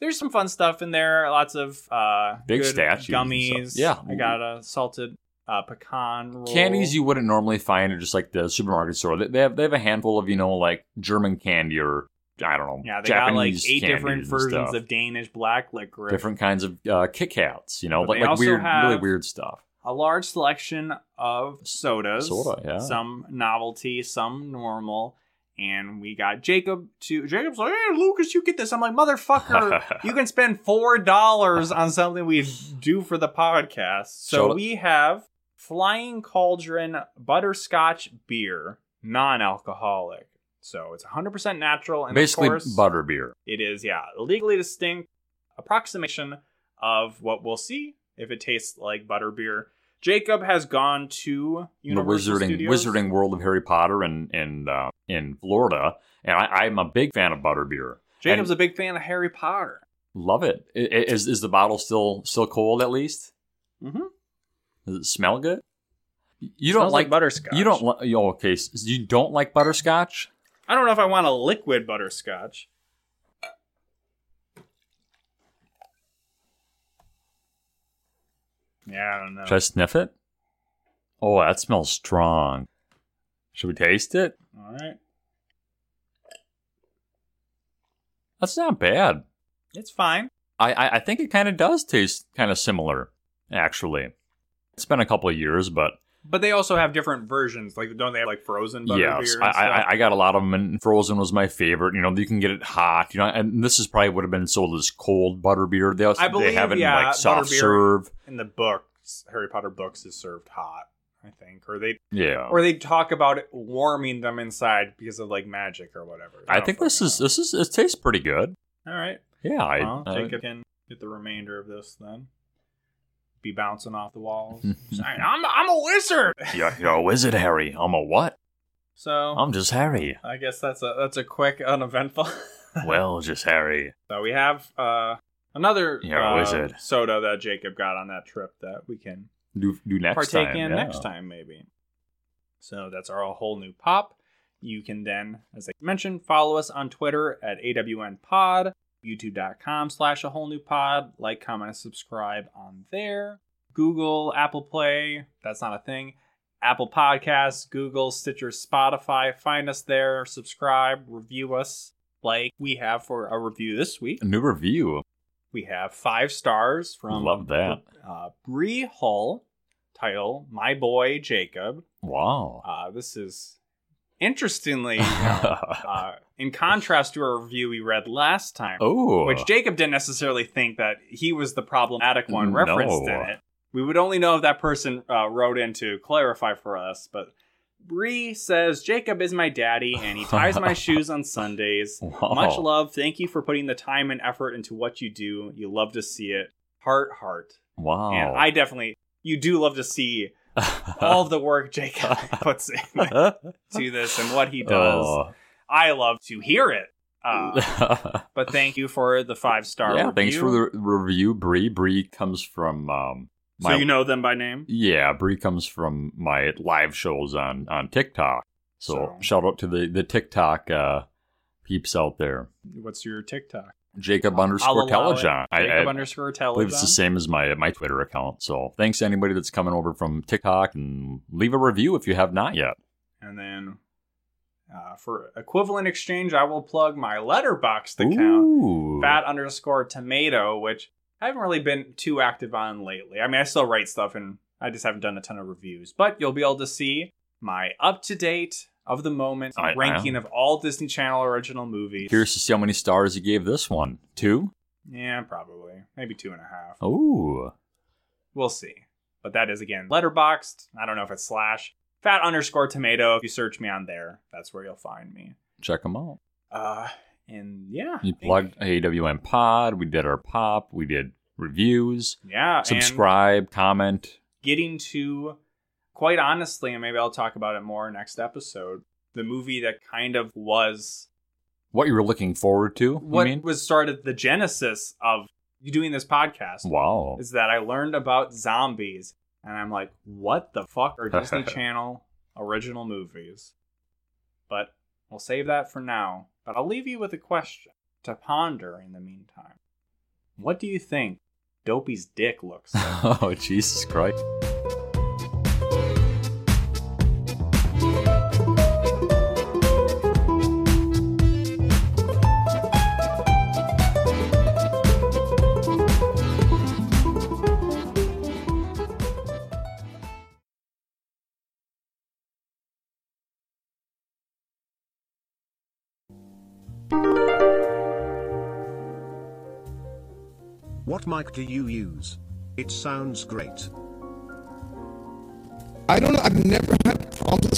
A: There's some fun stuff in there. Lots of uh,
B: Big
A: good
B: statues and
A: gummies.
B: stuff. Yeah.
A: I got a salted uh, pecan roll.
B: candies you wouldn't normally find at just like the supermarket store. They- They have they have a handful of you know like German candy or I don't know.
A: Yeah, they
B: Japanese
A: got like eight
B: candies
A: different
B: and
A: versions
B: stuff.
A: of Danish black licorice.
B: different kinds of uh, Kit Kats. You know,
A: But
B: like,
A: they
B: like
A: also
B: weird, really
A: have-
B: weird stuff.
A: A large selection of sodas.
B: Soda, yeah.
A: Some novelty, some normal. And we got Jacob to Jacob's like, hey Lucas, you get this. I'm like, motherfucker, you can spend four dollars on something we do for the podcast. So
B: Soda.
A: we have Flying Cauldron Butterscotch Beer, non-alcoholic. So it's 100% natural, and
B: Basically,
A: of course,
B: butterbeer.
A: it is, yeah, a legally distinct approximation of what we'll see if it tastes like butterbeer. Jacob has gone to Universal
B: the wizarding
A: Studios.
B: wizarding world of Harry Potter and and uh, in Florida, and I, I'm a big fan of butterbeer.
A: Jacob's
B: and-
A: a big fan of Harry Potter.
B: Love it. I- I- Is is the bottle still still cold at least?
A: Mm-hmm.
B: Does it smell good? You don't like,
A: like butterscotch.
B: you don't like oh, okay. s- You don't like butterscotch?
A: I don't know if I want a liquid butterscotch. Yeah, I don't know.
B: Should I sniff it? Oh, that smells strong. Should we taste it?
A: All right,
B: That's not bad.
A: it's fine.
B: I I, I think it kind of does taste kind of similar, actually. It's been a couple of years, but
A: But they also have different versions. Like, don't they have like frozen butterbeer?
B: Yes,
A: and
B: I,
A: stuff?
B: I, I got a lot of them, and Frozen was my favorite. You know, you can get it hot. You know, and this is probably would have been sold as cold butterbeer. They also,
A: I believe,
B: they have it
A: yeah,
B: in like soft
A: butterbeer.
B: serve.
A: in the books, Harry Potter books is served hot, I think, or they
B: Yeah,
A: or they talk about it warming them inside because of like magic or whatever.
B: I think this is this is it tastes pretty good.
A: all right.
B: Yeah, I,
A: well,
B: I-
A: Jacob can get the remainder of this then. Be bouncing off the walls. Sorry, I'm I'm a wizard.
B: you're, you're a wizard, Harry. I'm a what?
A: So
B: I'm just Harry.
A: I guess that's a that's a quick uneventful.
B: Well, just Harry.
A: so we have uh another
B: You're a
A: uh,
B: wizard.
A: soda that Jacob got on that trip that we can
B: Do do next
A: partake
B: time.
A: in
B: yeah.
A: next time, maybe. So that's our whole new pop. You can then, as I mentioned, follow us on Twitter at AWNPod, youtube.com slash a whole new pod, like, comment, and subscribe on there. Google, Apple Play, that's not a thing. Apple Podcasts, Google, Stitcher, Spotify, find us there, subscribe, review us like we have for a review this week.
B: New review.
A: We have five stars from
B: Love that.
A: uh, Bree Hull, title My Boy Jacob.
B: Wow.
A: Uh, this is interestingly uh, in contrast to a review we read last time,
B: oh,
A: which Jacob didn't necessarily think that he was the problematic one
B: No.
A: referenced in it. We would only know if that person uh, wrote in to clarify for us, but. Bree says, Jacob is my daddy and he ties my shoes on Sundays.
B: wow.
A: Much love. Thank you for putting the time and effort into what you do. You love to see it. Heart, heart.
B: Wow.
A: And I definitely, you do love to see all of the work Jacob puts into this and what he does.
B: Oh.
A: I love to hear it. Uh, but thank you for the five star.
B: yeah, thanks for the review, Bree. Bree comes from um,
A: So
B: my
A: you know them by name.
B: yeah, Bree comes from my live shows on on TikTok. So,
A: So-
B: shout out to the the TikTok uh, peeps out there.
A: What's your TikTok?
B: Jacob
A: I'll
B: underscore
A: allow it.
B: Telejohn. I,
A: Jacob
B: I
A: underscore
B: believe it's the
A: Television.
B: same as my my Twitter account. So thanks to anybody that's coming over from TikTok and leave a review if you have not yet.
A: And then uh, for equivalent exchange, I will plug my Letterboxd account.
B: Ooh.
A: fat underscore tomato, which I haven't really been too active on lately. I mean, I still write stuff and I just haven't done a ton of reviews, but you'll be able to see my up to date of the moment
B: I- I
A: ranking of all Disney Channel original movies.
B: Curious to see how many stars you gave this one. Two.
A: yeah, probably. Maybe two and a half.
B: Ooh.
A: We'll see. But that is again letterboxed. I don't know if it's slash fat underscore tomato. If you search me on there, that's where you'll find me.
B: Check them out.
A: Uh, and yeah,
B: You
A: I think-
B: plugged AWM Pod. We did our pop. We did reviews.
A: Yeah, and-
B: Subscribe, comment.
A: getting to quite honestly and maybe i'll talk about it more next episode the movie that kind of was
B: What you were looking forward to?
A: what
B: you mean?
A: was started the genesis of you doing this podcast
B: Wow.
A: is that i learned about zombies and i'm like what the fuck are disney channel original movies but we'll save that for now but i'll leave you with a question to ponder in the meantime what do you think dopey's dick looks like
B: oh Jesus Christ.
C: What mic do you use? It sounds great.
D: I don't know. I've never had problems